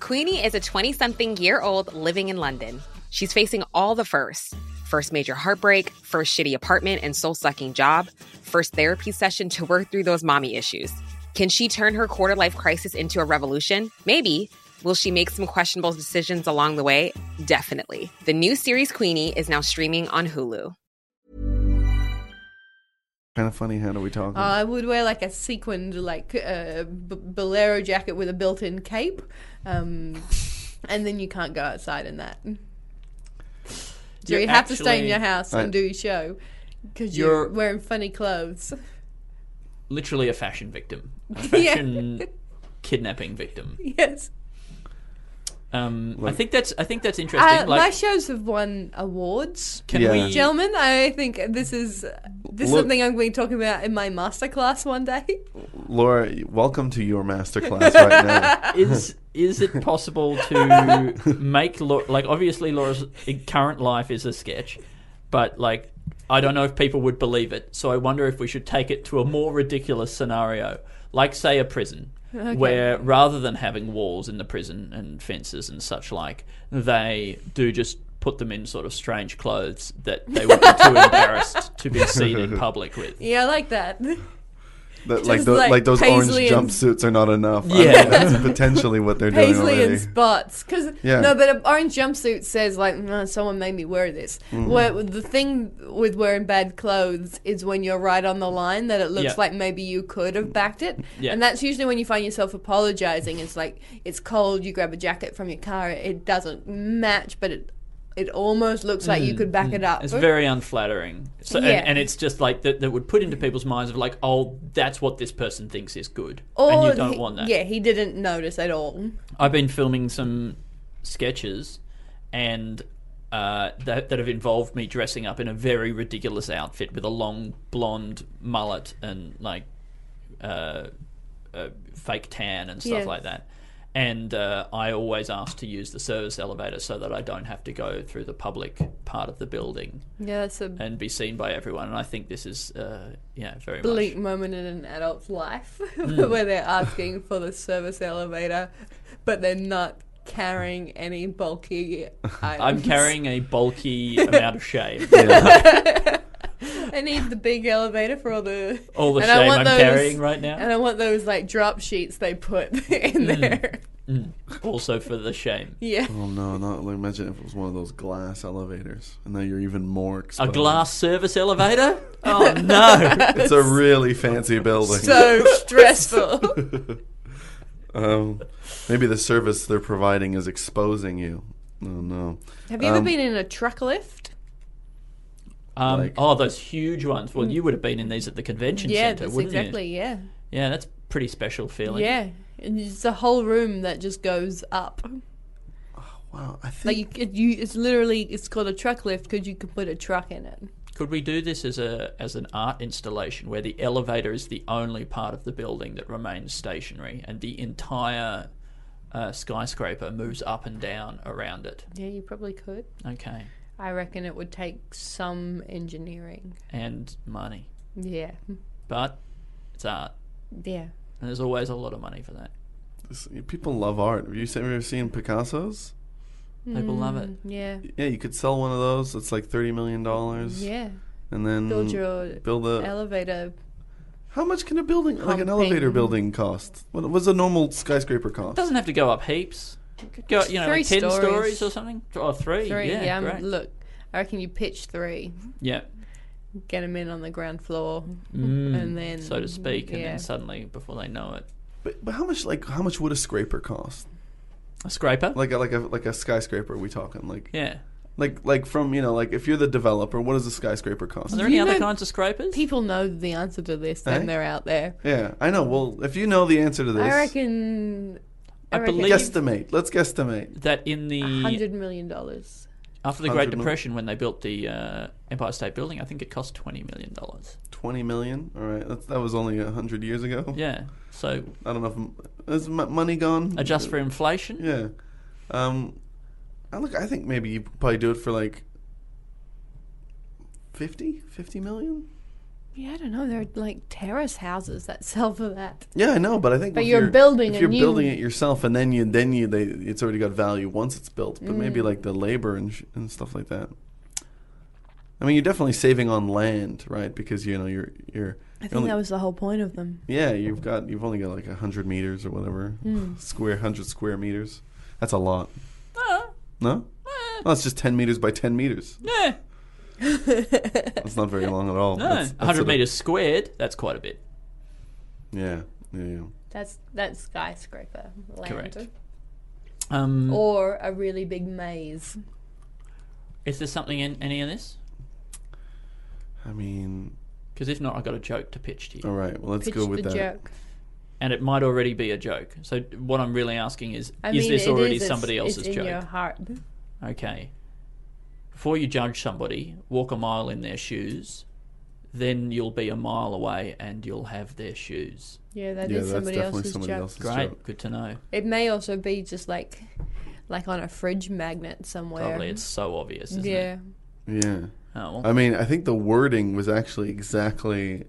Queenie is a 20 something year old living in London. She's facing all the firsts first major heartbreak, first shitty apartment and soul sucking job, first therapy session to work through those mommy issues. Can she turn her quarter life crisis into a revolution? Maybe. Will she make some questionable decisions along the way? Definitely. The new series Queenie is now streaming on Hulu. of funny hat are we talking? Uh, I would wear like a sequined like uh, b- bolero jacket with a built-in cape, [laughs] um, and then you can't go outside in that. So You're you have to stay in actually- uh, your house and I- do your show because you're, You're- wearing funny clothes. [laughs] literally a fashion victim, a Yeah. fashion kidnapping victim. yes, Um, I think that's I think that's interesting. uh, my like, shows have won awards. can Yeah. we? Gentlemen, I think this is this is Look- something I'm going to be talking about in my masterclass one day. [laughs] Laura, welcome to your masterclass right now. Is is it possible to make Lau- like obviously Laura's current life is a sketch, but like I don't know if people would believe it. So I wonder if we should take it to a more ridiculous scenario, like say a prison. Where rather than having walls in the prison and fences and such like, they do just put them in sort of strange clothes that they would be too embarrassed to be seen in public with. yeah, I like that. [laughs] That, like, Just tho- like like those orange paisley and- jumpsuits are not enough. I Yeah. mean, that's potentially what they're doing Paisley already. and spots, because Yeah. no, but an orange jumpsuit says like "Nah, someone made me wear this. Mm-hmm. Where the thing with wearing bad clothes is when you're right on the line that it looks Yeah. like maybe you could have backed it, Yeah. and that's usually when you find yourself apologizing. It's like it's cold, you grab a jacket from your car, it doesn't match, but it it almost looks like you could back it up. Mm, It's very unflattering. So, Yeah. and, and it's just like that, that would put into people's minds of like, oh, that's what this person thinks is good. and you don't he- want that. Yeah, he didn't notice at all. I've been filming some sketches and uh, that, that have involved me dressing up in a very ridiculous outfit with a long blonde mullet and like uh, uh, fake tan and stuff Yeah. like that. And uh, I always ask to use the service elevator so that I don't have to go through the public part of the building Yeah, that's a and be seen by everyone. And I think this is, uh, yeah, very bleak much. moment in an adult's life [laughs] Hmm. where they're asking for the service elevator, but they're not carrying any bulky items. [laughs] I'm carrying a [laughs] bulky amount of shame. I need the big elevator for all the All the [laughs] and I shame want I'm those- carrying right now. Hmm. And I want those like drop sheets they put [laughs] in there. also for the [laughs] shame. Yeah. Oh no! Not like imagine if it was one of those glass elevators, and now you're even more A exposed. glass service [laughs] elevator? Oh no! It's a really fancy building. [laughs] So stressful. um, maybe the service they're providing is exposing you. Oh no! Have you ever been in a truck lift? Um, Like- oh, those huge ones. Well, you would have been in these at the convention Hmm. Yeah, center, that's wouldn't exactly, you? yeah. Yeah, that's pretty special feeling. Yeah. And it's a whole room that just goes up. Oh, Wow, I think Like you, it, you, it's literally it's called a truck lift because you can put a truck in it. Could we do this as a as an art installation where the elevator is the only part of the building that remains stationary, and the entire uh, skyscraper moves up and down around it? Yeah, you probably could. Okay, I reckon it would take some engineering. and money, Yeah, but it's art, yeah. and there's always a lot of money for that. this- people love art. Have you se- ever seen Picasso's? People love it. Yeah, Yeah, you could sell one of those. It's like thirty million dollars. yeah. and then Build your build a. elevator. how much can a building like an elevator Humping. building cost? What was a normal skyscraper cost? doesn't have to go up heaps. It Could go, you know, Three like ten stories. stories. or something, or three. Three. yeah, Yeah, I'm- great. look, I reckon you pitch three, yeah, get them in on the ground floor, Mm. and then so to speak, and yeah. then suddenly, before they know it, But, but how much like how much would a scraper cost? a scraper. Like a, like a like a skyscraper? we talking like yeah. like like from you know like if you're the developer, what does a skyscraper cost? Are there any You other know- kinds of scrapers? People know the answer to this, Eh? and they're out there. Yeah, I know. Well, if you know the answer to this, I reckon. I reckon- believe guesstimate. Let's guesstimate. that in the Hundred million dollars. after the Great 100 mil- Depression, when they built the uh, Empire State Building, I think it cost twenty million dollars. Twenty million. All right, that, that was only a hundred years ago. Yeah. So I don't know. If, m- is m- money gone? adjust for inflation. Yeah. Um, I look. I think maybe you probably do it for like 50? 50 million. Yeah, I don't know. They're like terrace houses that [laughs] sell for that. Yeah, I know, but I think But if you're building if a you're new- building it yourself, and then you then you they it's already got value once it's built. But Mm. maybe like the labor and sh- and stuff like that. I mean, you're definitely saving on land, right? Because you know you're you're. I think that was the whole point of them. Yeah, you've got you've only got like hundred meters or whatever Hmm. square hundred square meters. That's a lot. Uh. no, no, it's just ten meters by ten meters. Yeah. That's not very long at all. No. That's- that's hundred sort of- meters squared. That's quite a bit. Yeah, yeah, yeah. That's that's skyscraper land. Correct. Um, Or a really big maze. is there something in any of this? I mean, Because if not, I've got a joke to pitch to you. all right. Well, let's Pitch go with the that. joke. and it might already be a joke. So what I'm really asking is, I is mean, this it already is, it's- somebody else's it's in joke? your heart. Okay. Before you judge somebody, walk a mile in their shoes. Then you'll be a mile away and you'll have their shoes. Yeah, that is Yeah, that's somebody definitely else's somebody joke. else's Great. joke. Good to know. It may also be just like like on a fridge magnet somewhere. Probably it's so obvious, isn't yeah. it? Yeah. Oh, well, I mean, I think the wording was actually exactly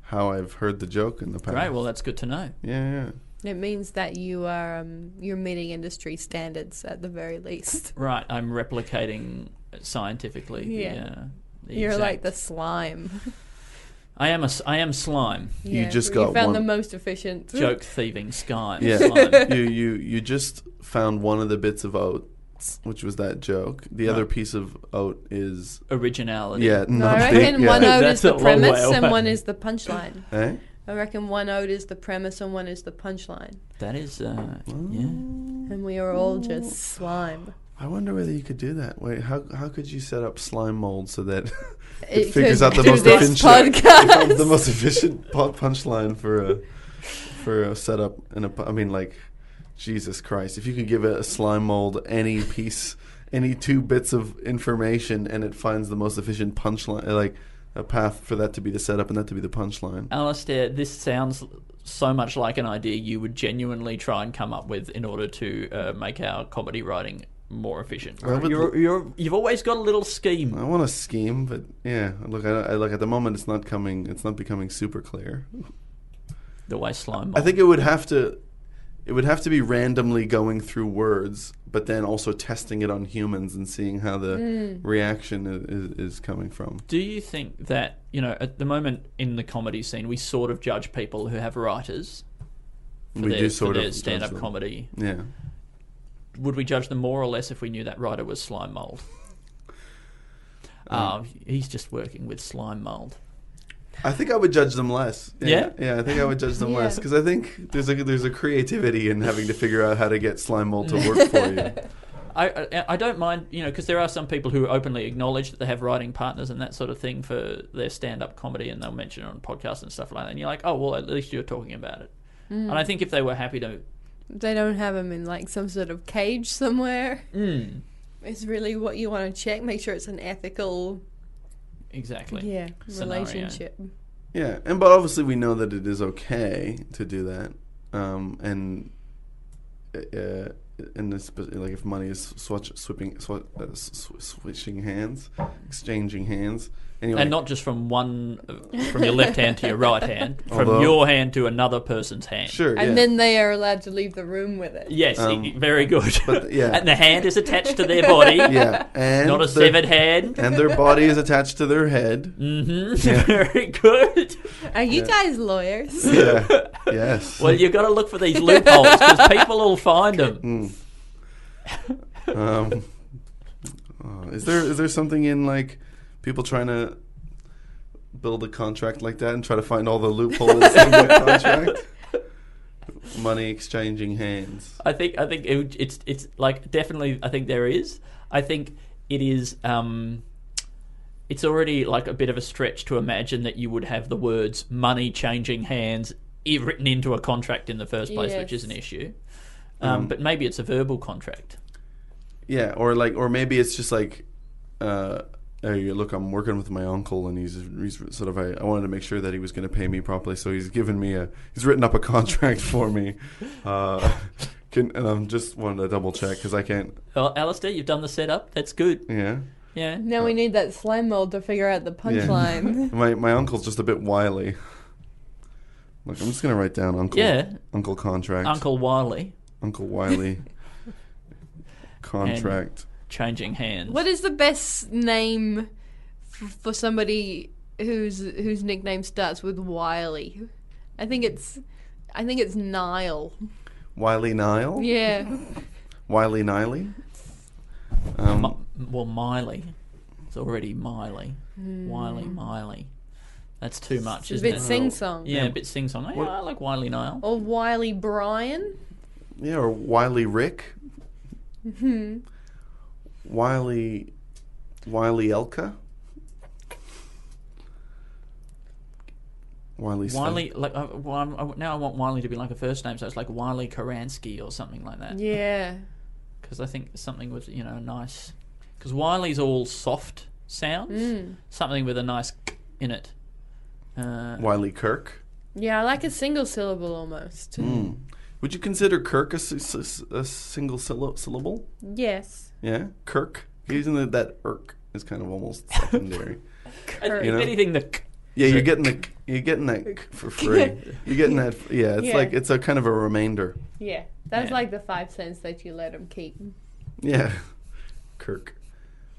how I've heard the joke in the past. great. Well, that's good to know. yeah, yeah. It means that you are um, you're meeting industry standards at the very least. [laughs] Right. I'm replicating scientifically. Yeah. The, uh, the You're like exact- the slime. I am a s- I am [laughs] slime. You Yeah, just you got found one- the most efficient. Joke thieving sky. Yeah, Slime. [laughs] you you you just found one of the bits of oats, which was that joke. The other piece of oat is Originality. yeah, No, I not reckon big. one yeah. ode That's is a the long way premise and away. one is the punchline. Eh? I reckon one ode is the premise and one is the punchline. That is uh yeah. And we are all just slime. I wonder whether you could do that. Wait, how how could you set up slime mold so that [laughs] it, It figures could out the do most this efficient [laughs] podcast. the most efficient pu- punchline for a for a setup and a pu- I mean like Jesus Christ, if you could give a slime mold any piece any two bits of information and it finds the most efficient punchline uh, like a path for that to be the setup and that to be the Um. punchline. Alistair, this sounds so much like an idea you would genuinely try and come up with in order to uh, make our comedy writing more efficient. would You're, you're, you've always got a little scheme. I want a scheme, but yeah, look, I, I, like at the moment it's not coming, it's not becoming super clear. The way slime. I think it would have to it would have to be randomly going through words, but then also testing it on humans and seeing how the reaction is, is, is coming from. Do you think that, you know, at the moment in the comedy scene, we sort of judge people who have writers for we their, do sort for their of judge stand-up them. comedy? Yeah. Would we judge them more or less if we knew that writer was slime mold? Uh, Oh, he's just working with slime mold. I think I would judge them less. Yeah? yeah, I think I would judge them Yeah. less because I think there's a there's a creativity in having to figure out how to get slime mold to work [laughs] for you. I, I I don't mind, you know, because there are some people who openly acknowledge that they have writing partners and that sort of thing for their stand-up comedy, and they'll mention it on podcasts and stuff like that. And you're like, oh well, at least you're talking about it. Mm. And I think if they were happy to, They don't have them in like some sort of cage somewhere. Hmm. It's really what you want to check. Make sure it's an ethical exactly, yeah scenario. relationship. Yeah, and but obviously we know that it is okay to do that, um, and uh, in this like if money is swatch, swapping, swa- uh, sw- switching hands, exchanging hands, anyway, and not just from one uh, from your left hand to your right [laughs] hand, from Although- your hand to another person's hand. sure, yeah. And then they are allowed to leave the room with it. Yes, i- very good. but, [laughs] yeah. and the hand is attached to their body, [laughs] yeah, [laughs] and not a their- severed hand. and their body is attached to their head. [laughs] very good. Are you guys lawyers? [laughs] Yeah, yes. Well, you've got to look for these loopholes because people will find them. Um, uh, is there is there something in like people trying to build a contract like that and try to find all the loopholes in the contract? Money exchanging hands. I think I think it, would- it's it's like definitely I think there is. I think it is. Um, it's already like a bit of a stretch to imagine that you would have the words "money changing hands" i- written into a contract in the first place, which is an Yes. issue. Um, but maybe it's a verbal contract. Yeah, or like, or maybe it's just like, uh, hey, look, I'm working with my uncle, and he's, he's sort of. I, I wanted to make sure that he was going to pay me properly, so he's given me a. He's written up a contract for me, uh, can, and I'm just wanted to double check because I can't. Well, Alistair, you've done the setup. That's good. Yeah. Yeah. Now we need that slime mold to figure out [laughs] the punchline. My my uncle's just a bit wily. Look, I'm just gonna write down uncle. Yeah. Uncle contract. Uncle Wiley [laughs] Uncle Wiley. contract. changing hands. what is the best name f- for somebody whose whose nickname starts with Wiley? I think it's I think it's Nile. Wiley Nile. Yeah. Wiley Niley. Mi- Um, well, Miley. It's already Miley. Wiley, Miley. That's too much, Hmm. It's a isn't bit Oh. it? sing song. yeah, a bit sing song. Yeah, I like Wiley Nile. [laughs] Or Wiley Bryan. yeah, or Wiley Rick. Wiley. Wiley Elka. Wiley. Sven- Wiley, like I, well, I'm- I, now I want Wiley to be like a first name, so it's like Wiley Karansky or something like that. Yeah. Because I think something with you know a nice, because Wiley's all soft sounds, Hmm. something with a nice in it. Uh, Wiley Kirk. Yeah, I like a single syllable almost. Hmm. Would you consider Kirk a, s- s- s- a single sylla- syllable? Yes. Yeah, Kirk. Using the, that irk is kind of [laughs] almost secondary. if You know? anything, the k- yeah, you're getting the you're getting that k [laughs] for free. You're getting that. Yeah, it's Yeah. like it's a kind of a remainder. Yeah. That's Yeah. like the five cents that you let them keep. Yeah, Kirk.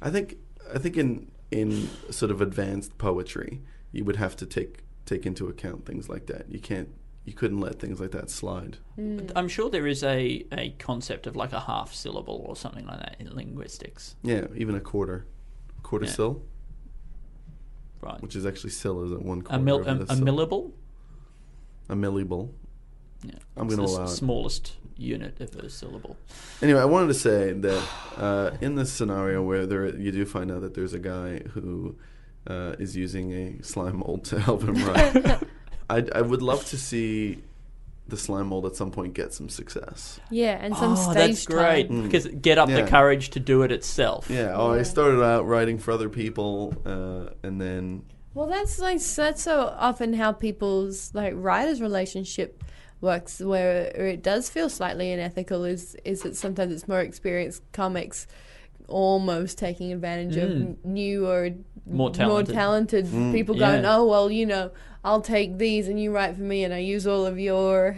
I think I think in in sort of advanced poetry, you would have to take take into account things like that. You can't, you couldn't let things like that slide. Hmm. I'm sure there is a, a concept of like a half syllable or something like that in linguistics, Yeah, even a quarter, quarter Yeah. sill, right? which is actually sill is at one A, quarter. mil, of a, the a sill. millable? a milliball. Yeah. I'm It's gonna the s- allow it. smallest unit of a syllable. Anyway, I wanted to say that uh, in this scenario where there you do find out that there's a guy who uh, is using a slime mold to help him [laughs] write, I'd, I would love to see the slime mold at some point get some success. Yeah, and some oh, stage that's great time. because get up the Yeah. courage to do it itself. Yeah, oh, I started out writing for other people, uh, and then Well, that's like that's so often how people's like writers' relationship works, where it does feel slightly unethical. Is is that sometimes it's more experienced comics almost taking advantage of n- new or Mm. More talented. talented people going, yeah. oh well, you know, I'll take these and you write for me and I use all of your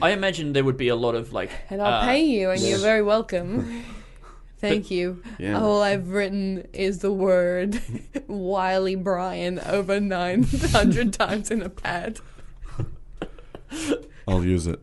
I imagine there would be a lot of like. [laughs] and I'll uh, pay you and you're very welcome. Thank you. Yeah. All I've written is the word [laughs] Wiley Bryan over 900 times in a pad. I'll use it.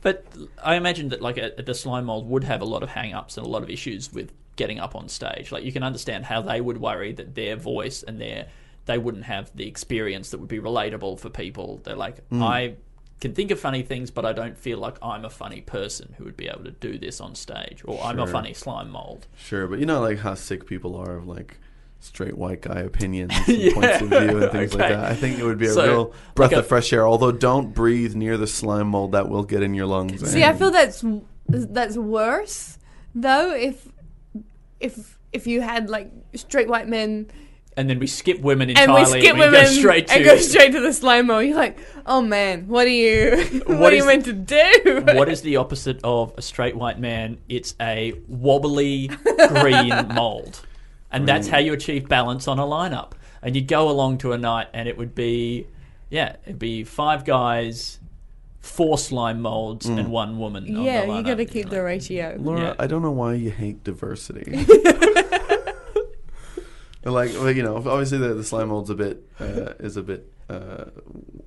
But I imagine that like a, the slime mold would have a lot of hang-ups and a lot of issues with getting up on stage. Like you can understand how they would worry that their voice and their they wouldn't have the experience that would be relatable for people. They're like, Mm. I can think of funny things, but I don't feel like I'm a funny person who would be able to do this on stage, or I'm a Sure. funny slime mold. [laughs] Sure, but you know, like how sick people are of like straight white guy opinions, and points of view, and things like Okay. that. I think it would be a So, real like breath a- of fresh air. Although, don't breathe near the slime mold; that will get in your lungs. See, I and- feel that's that's worse though if if if you had like straight white men And then we skip women and entirely, we skip and we women go straight to and go straight to the slime mold, you're like, "Oh man, what are you [laughs] what, What are is- you meant to do?" what is the opposite of a straight white man? It's a wobbly [laughs] green mold. And that's how you achieve balance on a lineup. And you'd go along to a night and it would be, yeah, it'd be five guys, four slime molds, and one woman. on [laughs] yeah, the you lineup. got to keep the ratio. Laura, Yeah. I don't know why you hate [laughs] diversity. like, well, you know, obviously the, the slime mold's a bit uh, is a bit, uh,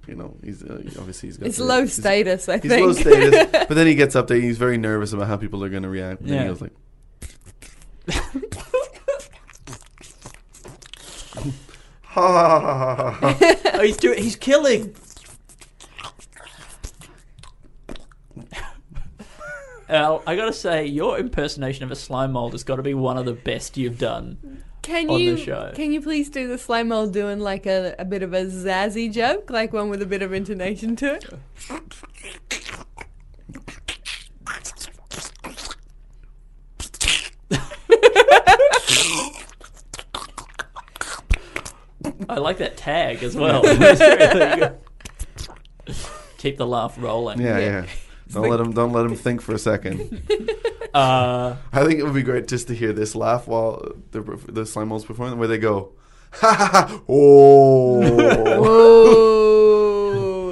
you know, he's uh, obviously he's got It's the- low he's- status, I He's think. low status, [laughs] but then he gets up there. He's very nervous about how people are going to react. And then Yeah. he goes like, Oh, he's doing. He's killing. Al, I gotta say, your impersonation of a slime mold has got to be one of the best you've done. Can on the you show. can you please do the slime mold doing like a, a bit of a zazzy joke, like one with a bit of intonation [laughs] to it? I like that tag as [laughs] well. It's really good. Keep the laugh rolling. yeah, yeah. [laughs] Don't let him. Don't let him think for a second. [laughs] Uh, I think it would be great just to hear this laugh while the the slime mold's performing, where they go, ha ha ha, [laughs] oh,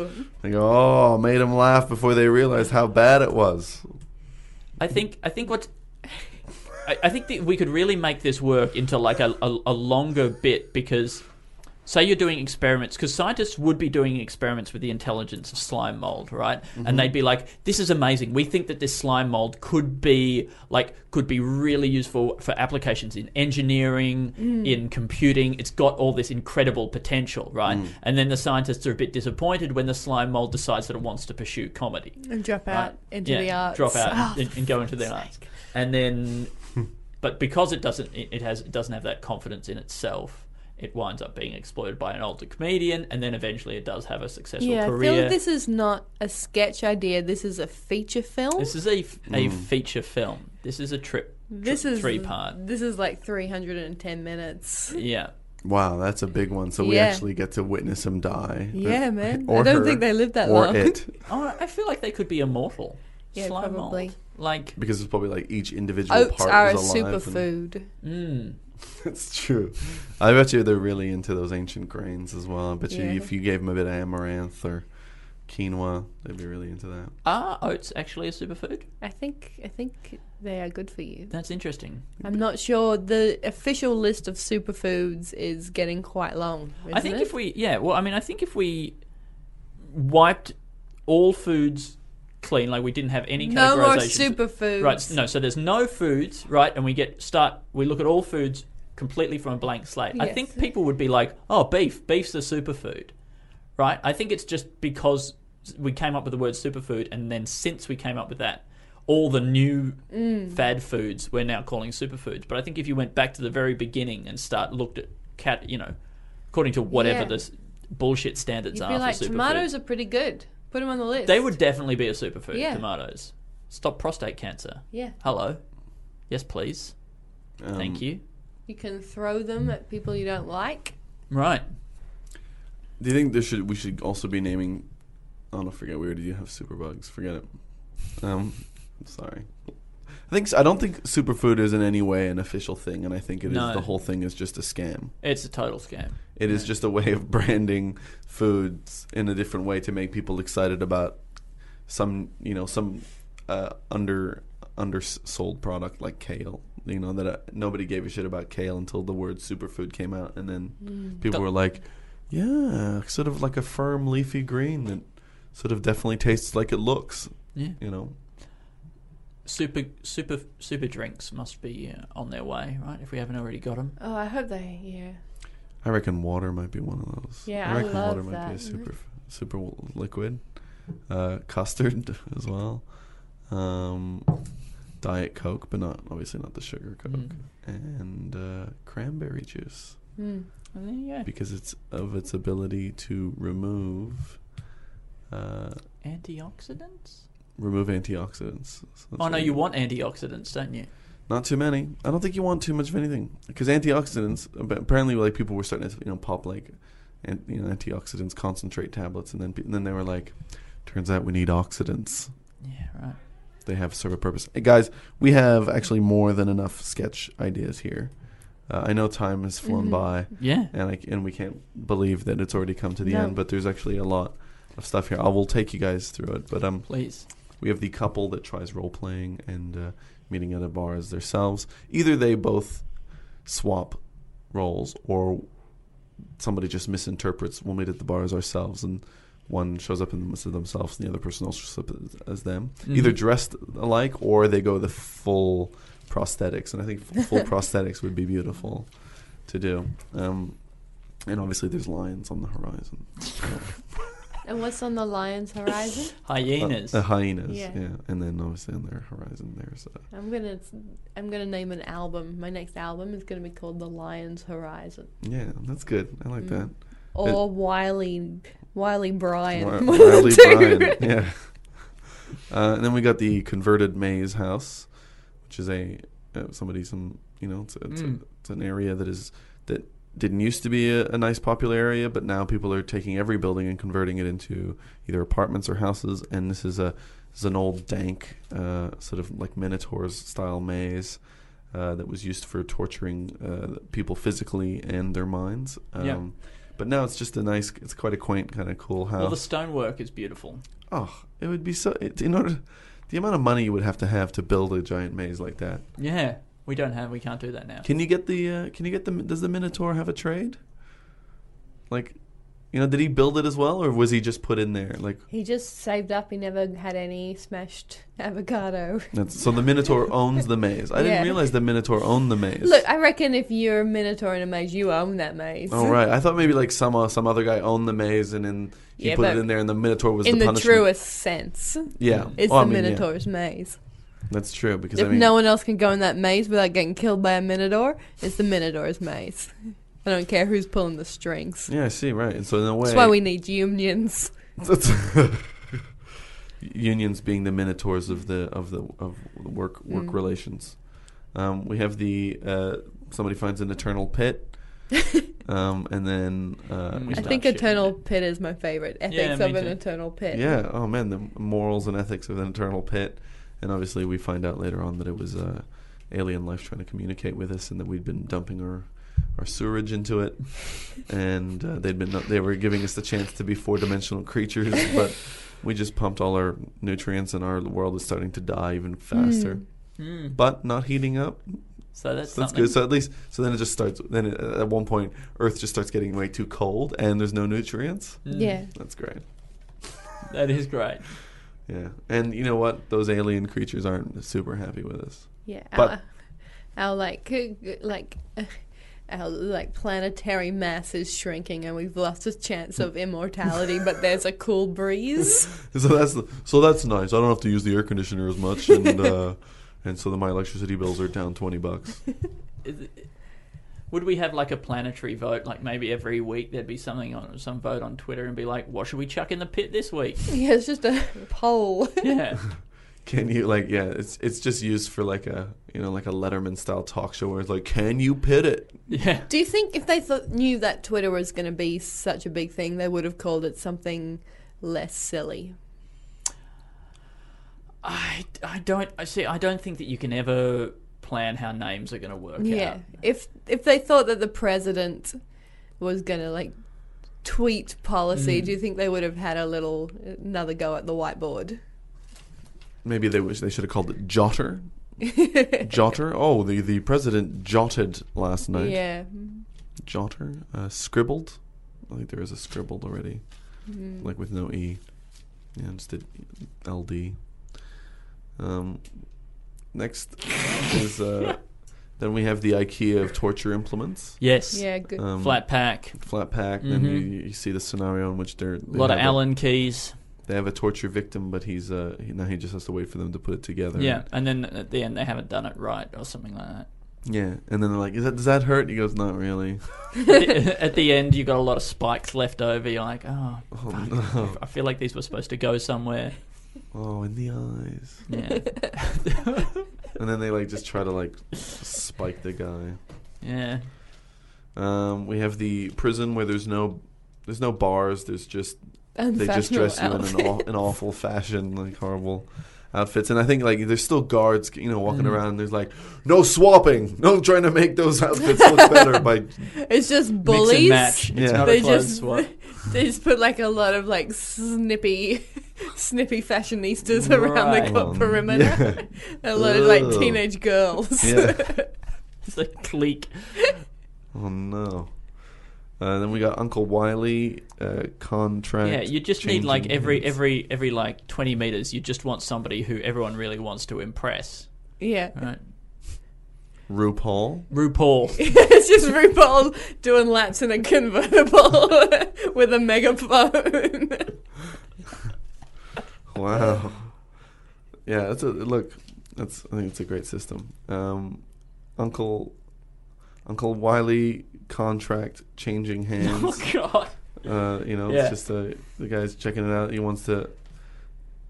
Oh, they go, oh, made him laugh before they realized how bad it was. I think. I think what. I, I think that we could really make this work into like a, a, a longer bit because, say you're doing experiments, because scientists would be doing experiments with the intelligence of slime mold, right? And they'd be like, "This is amazing. We think that this slime mold could be like could be really useful for applications in engineering, in computing. It's got all this incredible potential, right?" And then the scientists are a bit disappointed when the slime mold decides that it wants to pursue comedy and drop out into the arts. drop out Oh, and, and go into the arts, and then, but because it doesn't, it, it has, it doesn't have that confidence in itself. It winds up being exploited by an older comedian, and then eventually it does have a successful yeah, I career. feel this is not a sketch idea. This is a feature film. This is a, f- a feature film. This is a trip. This is three part. This is like 310 minutes. Yeah. Wow, that's a big one. So we Yeah. actually get to witness him die. Yeah, man. Or I don't her, think they lived that or long. it, Oh, I feel like they could be immortal. Yeah, Slime probably. Mold. Like because it's probably like each individual [laughs] Oats part are a is alive. and- superfood. [laughs] It's true. I bet you they're really into those ancient grains as well. I bet you Yeah. if you gave them a bit of amaranth or quinoa. They'd be really into that. Are oats actually a superfood? I think I think they are good for you. That's interesting. I'm not sure. The official list of superfoods is getting quite long. I think if we, yeah, well, I mean, I think if we wiped all foods clean, like we didn't have any No more categorizations- superfoods. right? s- No, so there's no foods, right? And we get start. We look at all foods completely from a blank slate. I Yes. think people would be like, "Oh, beef. Beef's a superfood," right? I think it's just because we came up with the word superfood, and then since we came up with that. All the new Mm. fad foods we're now calling superfoods, but I think if you went back to the very beginning and start looked at cat, you know, according to whatever Yeah. the s- bullshit standards you'd are be like, for superfood. tomatoes are pretty good. Put them on the list. They would definitely be a superfood. Yeah. Tomatoes stop prostate cancer. Yeah, Hello, yes, please. Um, Thank you. you can throw them at people you don't like. Right. Do you think there should we should also be naming? Oh, no, forget. We already have superbugs. Forget it. Um, I'm sorry. I think s- I don't think superfood is in any way an official thing, and I think it is No. the whole thing is just a scam. It's a total scam. It is just a way of branding foods in a different way to make people excited about some, you know, some uh, under undersold product like kale. You know that uh, nobody gave a shit about kale until the word superfood came out, and then people were like, "Yeah, sort of like a firm leafy green that sort of definitely tastes like it looks." Yeah. You know, Super, super, super drinks must be uh, on their way, right? If we haven't already got them. Oh, I hope they. Yeah, I reckon water might be one of those. Yeah, I reckon love water might be a that. super super liquid. Uh, custard [laughs] as well. Um, Diet Coke, but not obviously not the sugar Coke, Mm. and uh, cranberry juice Uh, There you go. because it's of its ability to remove uh, Antioxidants. remove antioxidants. So that's Oh no, what you want antioxidants, don't you? Not too many. I don't think you want too much of anything because antioxidants. ab- Apparently, like people were starting to you know pop like, and you know antioxidants concentrate tablets, and then pe- and then they were like, turns out we need oxidants. Yeah. Right. They have serve a purpose. Hey guys, we have actually more than enough sketch ideas here. Uh, I know time has flown by, Yeah. and I, c- and we can't believe that it's already come to the No. end. But there's actually a lot of stuff here. I will take you guys through it, but um, Please. we have the couple that tries role playing and uh, meeting at a bar as themselves. Either they both swap roles, or somebody just misinterprets. We'll meet at the bar as ourselves, and one shows up in the, as themselves, and the other person also shows up as, as them. Either dressed alike, or they go the full prosthetics. And I think full, full prosthetics would be beautiful to do. Um, and obviously, there's lions on the horizon. and what's on the lion's [laughs] horizon? Hyenas. Uh, hyenas, yeah. Yeah. And then obviously on their horizon, there's uh, I'm gonna, I'm gonna name an album. My next album is gonna be called The Lion's Horizon Yeah, that's good. I like that. or Wiley, Wiley [laughs] Wi- Bryan. [laughs] One of the Wiley two. Bryan, Yeah. Uh, and then we got the converted maze house, which is a uh, somebody some you know it's, a, it's, Mm. a, it's an area that is that didn't used to be a, a nice popular area, but now people are taking every building and converting it into either apartments or houses. And this is a this is an old dank uh, sort of like Minotaur's style maze. Uh, that was used for torturing uh, people physically and their minds. Um, Yeah. But now it's just a nice, it's quite a quaint, kind of cool house. Well, the stonework is beautiful. Oh, it would be so. It, in order, the amount of money you would have to have to build a giant maze like that. Yeah. We don't have. We can't do that now. Can you get the? Uh, can you get the? Does the Minotaur have a trade? Like, you know, did he build it as well, or was he just put in there? Like, He just saved up. He never had any smashed avocado. that's, so the [laughs] Minotaur owns the maze. I Yeah. didn't realize the Minotaur owned the maze. Look, I reckon if you're a minotaur in a maze, you own that maze. Oh right, I thought maybe like some uh, some other guy owned the maze and then he Yeah, put it but in there, and the Minotaur was in the, the, punishment. truest sense, Yeah, it's Oh, I the mean, yeah. minotaur's maze. That's true because If I mean, no one else can go in that maze without getting killed by a minotaur, it's the minotaur's maze. I don't care who's pulling the strings. yeah, I see, right. And so in a way, That's why we need unions. That's- [laughs] unions being the minotaurs of the of the of the work work relations. Um, we have the uh, somebody finds an eternal pit, um, and then uh, Mm. we I Stop think shooting Eternal it. Pit is my favorite. Ethics me of an too. Eternal Pit. yeah, oh man, the morals and ethics of an eternal pit, and obviously we find out later on that it was uh, alien life trying to communicate with us, and that we'd been dumping our our sewerage into it, and uh, they'd been they were giving us the chance to be four dimensional creatures, but we just pumped all our nutrients, and our world is starting to die even faster. But not heating up, So that's, so that's something. good. So at least, so then it just starts. Then it, at one point, Earth just starts getting way too cold, and there's no nutrients. Yeah. That's great. that is great. Yeah, and you know what? Those alien creatures aren't super happy with us. Yeah, But- [laughs] our, our like like [laughs] our like planetary mass is shrinking, and we've lost a chance of immortality. but there's a cool breeze. So that's so that's nice. I don't have to use the air conditioner as much, and uh, and so then my electricity bills are down twenty bucks. Would we have like a planetary vote? Like maybe every week there'd be something on some vote on Twitter and be like, what should we chuck in the pit this week? yeah, it's just a [laughs] pole. [laughs] Yeah. Can you like yeah? It's it's just used for like a you know like a Letterman style talk show where it's like, can you pit it? yeah. Do you think if they thought, knew that Twitter was going to be such a big thing, they would have called it something less silly? I, I don't I see I don't think that you can ever plan how names are going to work Yeah. out. If if they thought that the president was going to like tweet Mm. policy, do you think they would have had a little another go at the whiteboard? Maybe they wish they should have called it Jotter. Jotter. Oh, the the president jotted last night. Yeah. Jotter, uh, scribbled. I think there is a scribbled already, like with no e. Yeah, just did ld. Um, next is uh, then we have the IKEA of torture implements. Yes. Yeah, good. [laughs] Um, Flat pack. flat pack. Then you, you see the scenario in which they're A they lot of have Mm-hmm. Allen keys. they have a torture victim, but he's uh, he, now he just has to wait for them to put it together. Yeah. And then at the end they haven't done it right or something like that. [laughs] yeah. And then they're like, "Is that does that hurt?" He goes, "Not really." at the end, you got a lot of spikes left over. You're like, oh, fuck. [laughs] I feel like these were supposed to go [laughs] somewhere. oh, in the eyes. Yeah, And then they like just try to like spike the guy. yeah. Um, we have the prison where there's no there's no bars. There's just they just Unfashionable dress you in an, aw- an awful fashion, like horrible outfits. And I think like there's still guards, you know, walking around. And there's like no swapping, no trying to make those [laughs] outfits look better by [laughs] It's Mix just and bullies. match. It's Yeah. not They a closed just- swap. [laughs] They just put like a lot of like snippy, [laughs] snippy fashionistas around the Right. court Um, perimeter. [laughs] a lot of like Ugh. teenage girls. yeah. It's a clique. oh no. Uh, then we got Uncle Wiley uh, contract. Yeah, you just need like changing every hands. every every like twenty meters. You just want somebody who everyone really wants to impress. [laughs] yeah. Right, RuPaul. [laughs] RuPaul. it's just RuPaul doing laps in a convertible [laughs] with a megaphone. [laughs] Wow. Yeah, that's a look. That's I think it's a great system. Um, Uncle Uncle Wiley contract changing [laughs] oh hands. God. uh, you know, Yeah. it's just uh, the guy's checking it out. He wants to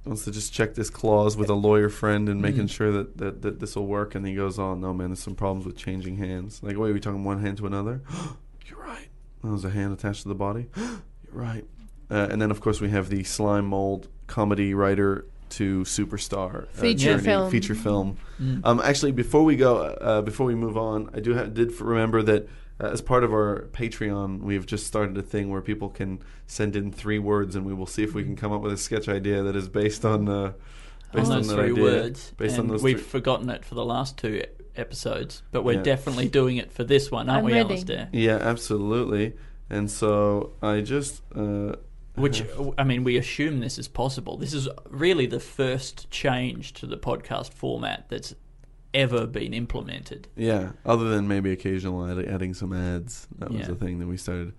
wants to just check this clause with a lawyer friend and Mm. making sure that, that, that this will work. And he goes, "Oh no, man, there's some problems with changing hands. Like, wait, are we talking one hand to another? [gasps] You're right. Oh, there's a hand attached to the body. [gasps] You're right. Uh, and then of course we have the slime mold comedy writer to superstar uh, Feature journey- film. feature film. Mm. Um, actually, before we go, uh, before we move on, I do ha- did f- remember that uh, as part of our Patreon, we have just started a thing where people can send in three words, and we will see if we can come up with a sketch idea that is based on uh, based on those that three idea, words. Based and on those we've three. forgotten it for the last two e- episodes, but we're Yeah. definitely doing it for this one, aren't I'm we, ready. Alistair? yeah, absolutely. And so I just uh, Which I mean, we assume this is possible. This is really the first change to the podcast format that's ever been implemented. Yeah, other than maybe occasional add- adding some ads. That was Yeah. the thing that we started.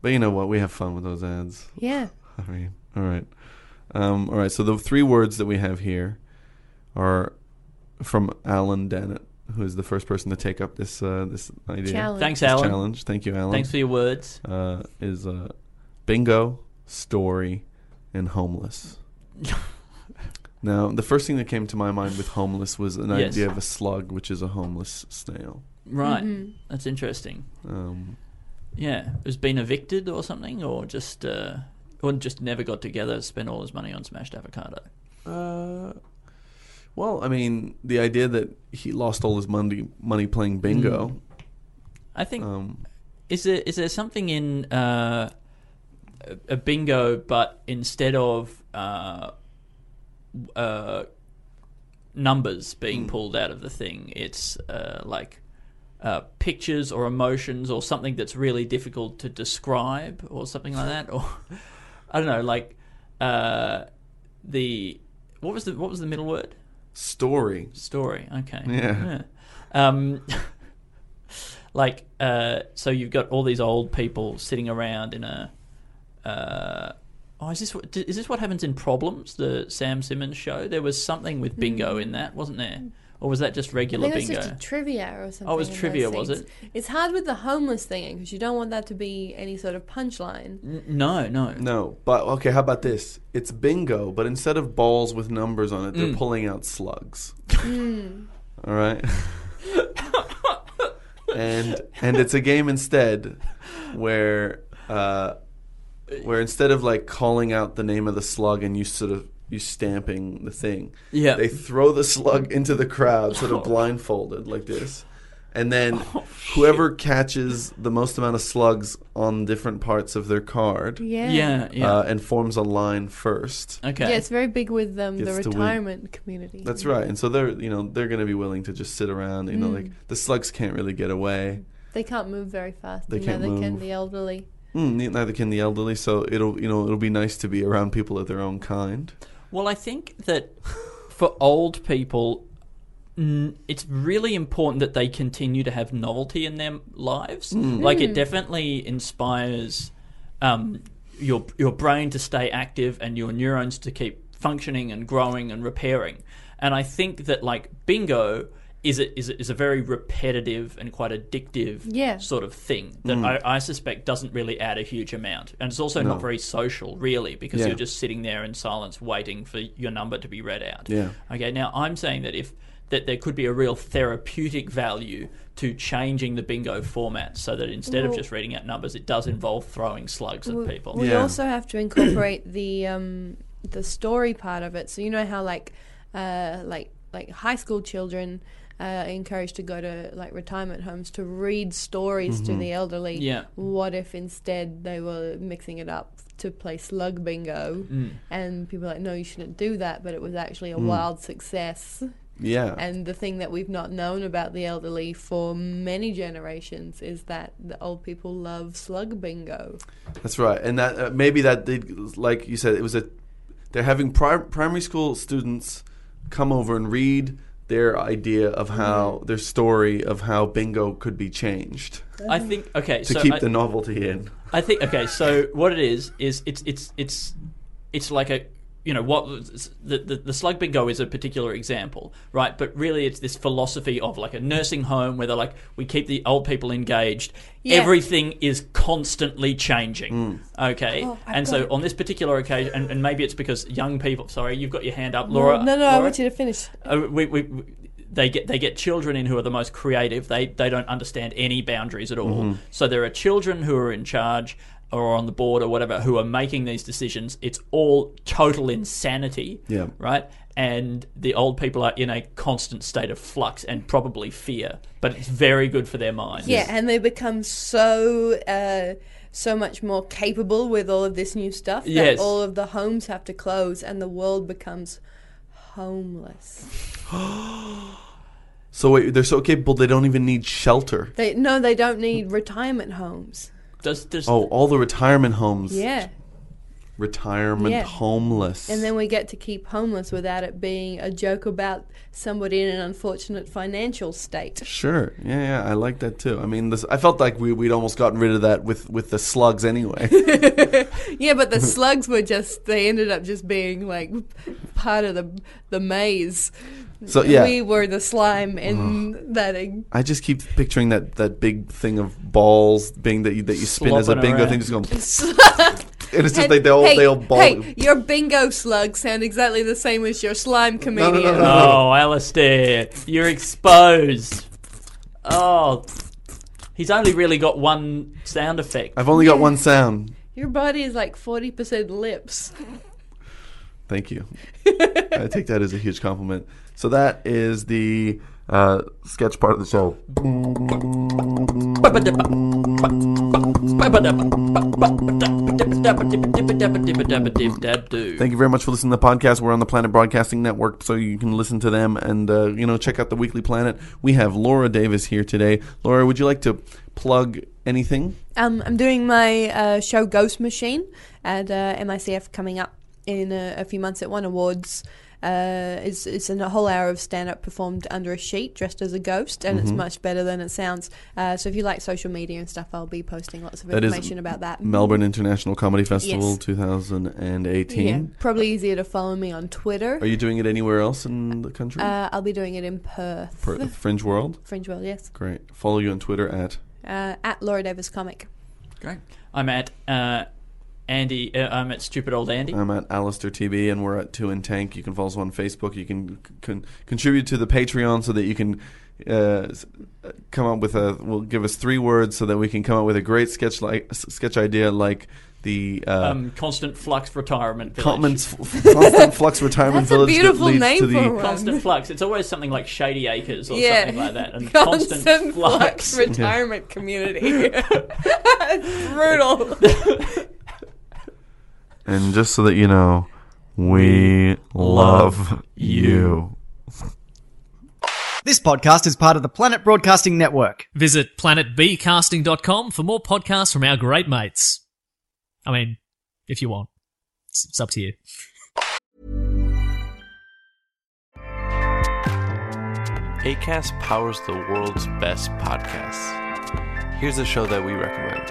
But you know what? We have fun with those ads. yeah. I mean, all right. Um, all right, so the three words that we have here are from Alan Dennett, who is the first person to take up this uh, this idea. Challenge. Thanks, This Alan. challenge. Thank you, Alan. Thanks for your words. uh, is uh, bingo, story, and [laughs] homeless. now, the first thing that came to my mind with homeless was an Yes. idea of a slug, which is a homeless snail. Right, Mm-hmm. that's interesting. Um, Yeah, who's been evicted or something, or just uh, or just never got together, spent all his money on smashed avocado. Uh, Mm. well, I mean, the idea that he lost all his money money playing bingo I think Um, is there is there something in uh, a- a bingo, but instead of uh, uh, numbers Hmm. being pulled out of the thing, it's uh, like uh, pictures or emotions or something that's really difficult to describe or something like that, or [laughs] I don't know, like uh, the what was the what was the middle word? story. [laughs] story. Okay. Yeah. Yeah. [laughs] Um, like, uh, so you've got all these old people sitting around in a. Uh, oh, is this what is this what happens in Problems, the Sam Simmons show? There was something with bingo in that, wasn't there? Or was that just Hmm. I regular think it's bingo? just a trivia or something. Oh, it was in those trivia, was things. it? It's hard with the homeless thing because you don't want that to be any sort of punchline. N- no, no. No, but okay. How about this? It's bingo, but instead of balls with numbers on it, they're pulling out slugs. All right. and and it's a game instead, where uh, where instead of like calling out the name of the slug and you sort of you stamping the thing, Yeah. they throw the slug into the crowd, sort of blindfolded like this. And then whoever catches the most amount of slugs on different parts of their card Yeah. Yeah, yeah. Uh, uh, and forms a line first. okay. Yeah, it's very big with um, the Gets to win. retirement community. That's right. And so they're you know they're going to be willing to just sit around. You know, like Mm. the slugs can't really get away. They can't move very fast. They and can't neither can move. the elderly. Mm, ne- neither can the elderly. So it'll you know it'll be nice to be around people of their own kind. Well, I think that for old people, n- it's really important that they continue to have novelty in their lives. Like it definitely inspires um, your your brain to stay active and your neurons to keep functioning and growing and repairing. And I think that like bingo is a, is a, is a very repetitive and quite addictive Yeah. sort of thing that Mm. I, I suspect doesn't really add a huge amount. And it's also not very social, really, because Yeah. you're just sitting there in silence waiting for your number to be read out. Yeah. Okay, now I'm saying that if that there could be a real therapeutic value to changing the bingo format so that instead of Well- just reading out numbers, it does involve throwing slugs at people. We Yeah. also have to incorporate the um, the story part of it. So you know how like uh, like like high school children uh, are encouraged to go to like retirement homes to read stories Mm-hmm. to the elderly. Yeah. What if instead they were mixing it up to play slug bingo, and people are like, no, you shouldn't do that. But it was actually Mm. a wild success. Yeah. And the thing that we've not known about the elderly for many generations is that the old people love slug bingo. That's right, and that uh, maybe that did, like you said, it was a. They're having pri- primary school students come over and read their idea of Mm-hmm. how their story of how bingo could be changed I think, okay, to so keep I, the novelty in. I think okay. So what it is is it's it's it's it's like a you know what the, the the slug bingo is a particular example, right? But really, it's this philosophy of like a nursing home where they're like we keep the old people engaged. Yeah. Everything is constantly changing. Okay, Oh, I've and got so it. on this particular occasion, and, and maybe it's because young people. Sorry, you've got your hand up, Laura. no, no, I Laura? want you to finish. Uh, we, we, we, they get they get children in who are the most creative. They they don't understand any boundaries at all. Mm-hmm. So there are children who are in charge or on the board or whatever who are making these decisions. It's all total insanity. Yeah. Right. And the old people are in a constant state of flux and probably fear, but it's very good for their minds. Yeah, and they become so uh, so much more capable with all of this new stuff that Yes. all of the homes have to close and the world becomes homeless. So wait, they're so capable they don't even need shelter. They no, they don't need retirement homes. Does, does, Oh, all the retirement homes. Yeah. Retirement Yeah. homeless. And then we get to keep homeless without it being a joke about somebody in an unfortunate financial state. Sure. Yeah, yeah, I like that too. I mean, this, I felt like we, we'd almost gotten rid of that with, with the slugs [laughs] anyway. [laughs] Yeah, but the slugs were just they ended up just being like part of the the maze. So yeah, We were the slime in that e- I just keep picturing that, that big thing of balls being that you, that you spin as a Slopping bingo around. thing, just going, and it's just like they all hey, they all ball. Hey, your bingo slugs sound exactly the same as your slime comedian. no. Oh, Alistair, you're exposed. Oh, he's only really got one sound effect. I've only got one sound. Your body is like forty percent lips. [laughs] Thank you. I take that as a huge compliment. So that is the uh, sketch part of the show. Thank Thank you very much for listening to the podcast. We're on the Planet Broadcasting Network, so you can listen to them and uh, you know check out the Weekly Planet. We have Laura Davis here today. Laura, would you like to plug anything? Um, I'm doing my uh, show Ghost Machine at uh, MICF coming up in a, a few months at One Awards. Uh, it's it's an- a whole hour of stand up performed under a sheet dressed as a ghost, and Mm-hmm. it's much better than it sounds. Uh, so if you like social media and stuff, I'll be posting lots of That is information about that. Melbourne International Comedy Festival Yes. 2018. Yeah, probably easier to follow me on Twitter. Are you doing it anywhere else in the country? uh, I'll be doing it in Perth, Perth, Fringe World. Fringe World, yes. Great. Follow you on Twitter at Uh, at Laura Davis Comic. Great. I'm at uh, Andy. Uh, I'm at stupid old Andy. I'm at Alistair TB, and we're at Two and Tank. You can follow us on Facebook. You can con- contribute to the Patreon so that you can uh, s- uh, come up with a. Well, give us three words so that we can come up with a great sketch like s- sketch idea like the. Uh, um, constant flux retirement. Village. Commons- f- constant flux retirement [laughs] That's a village that beautiful leads name to for the one. Constant flux. It's always something like Shady Acres or Yeah. something like that. And Constant, constant, [laughs] Flux Retirement Community. [laughs] [laughs] Brutal. And just so that you know, we love you. This podcast is part of the Planet Broadcasting Network. Visit planetbcasting.com for more podcasts from our great mates. I mean, if you want, it's, it's up to you. ACAST powers the world's best podcasts. Here's a show that we recommend.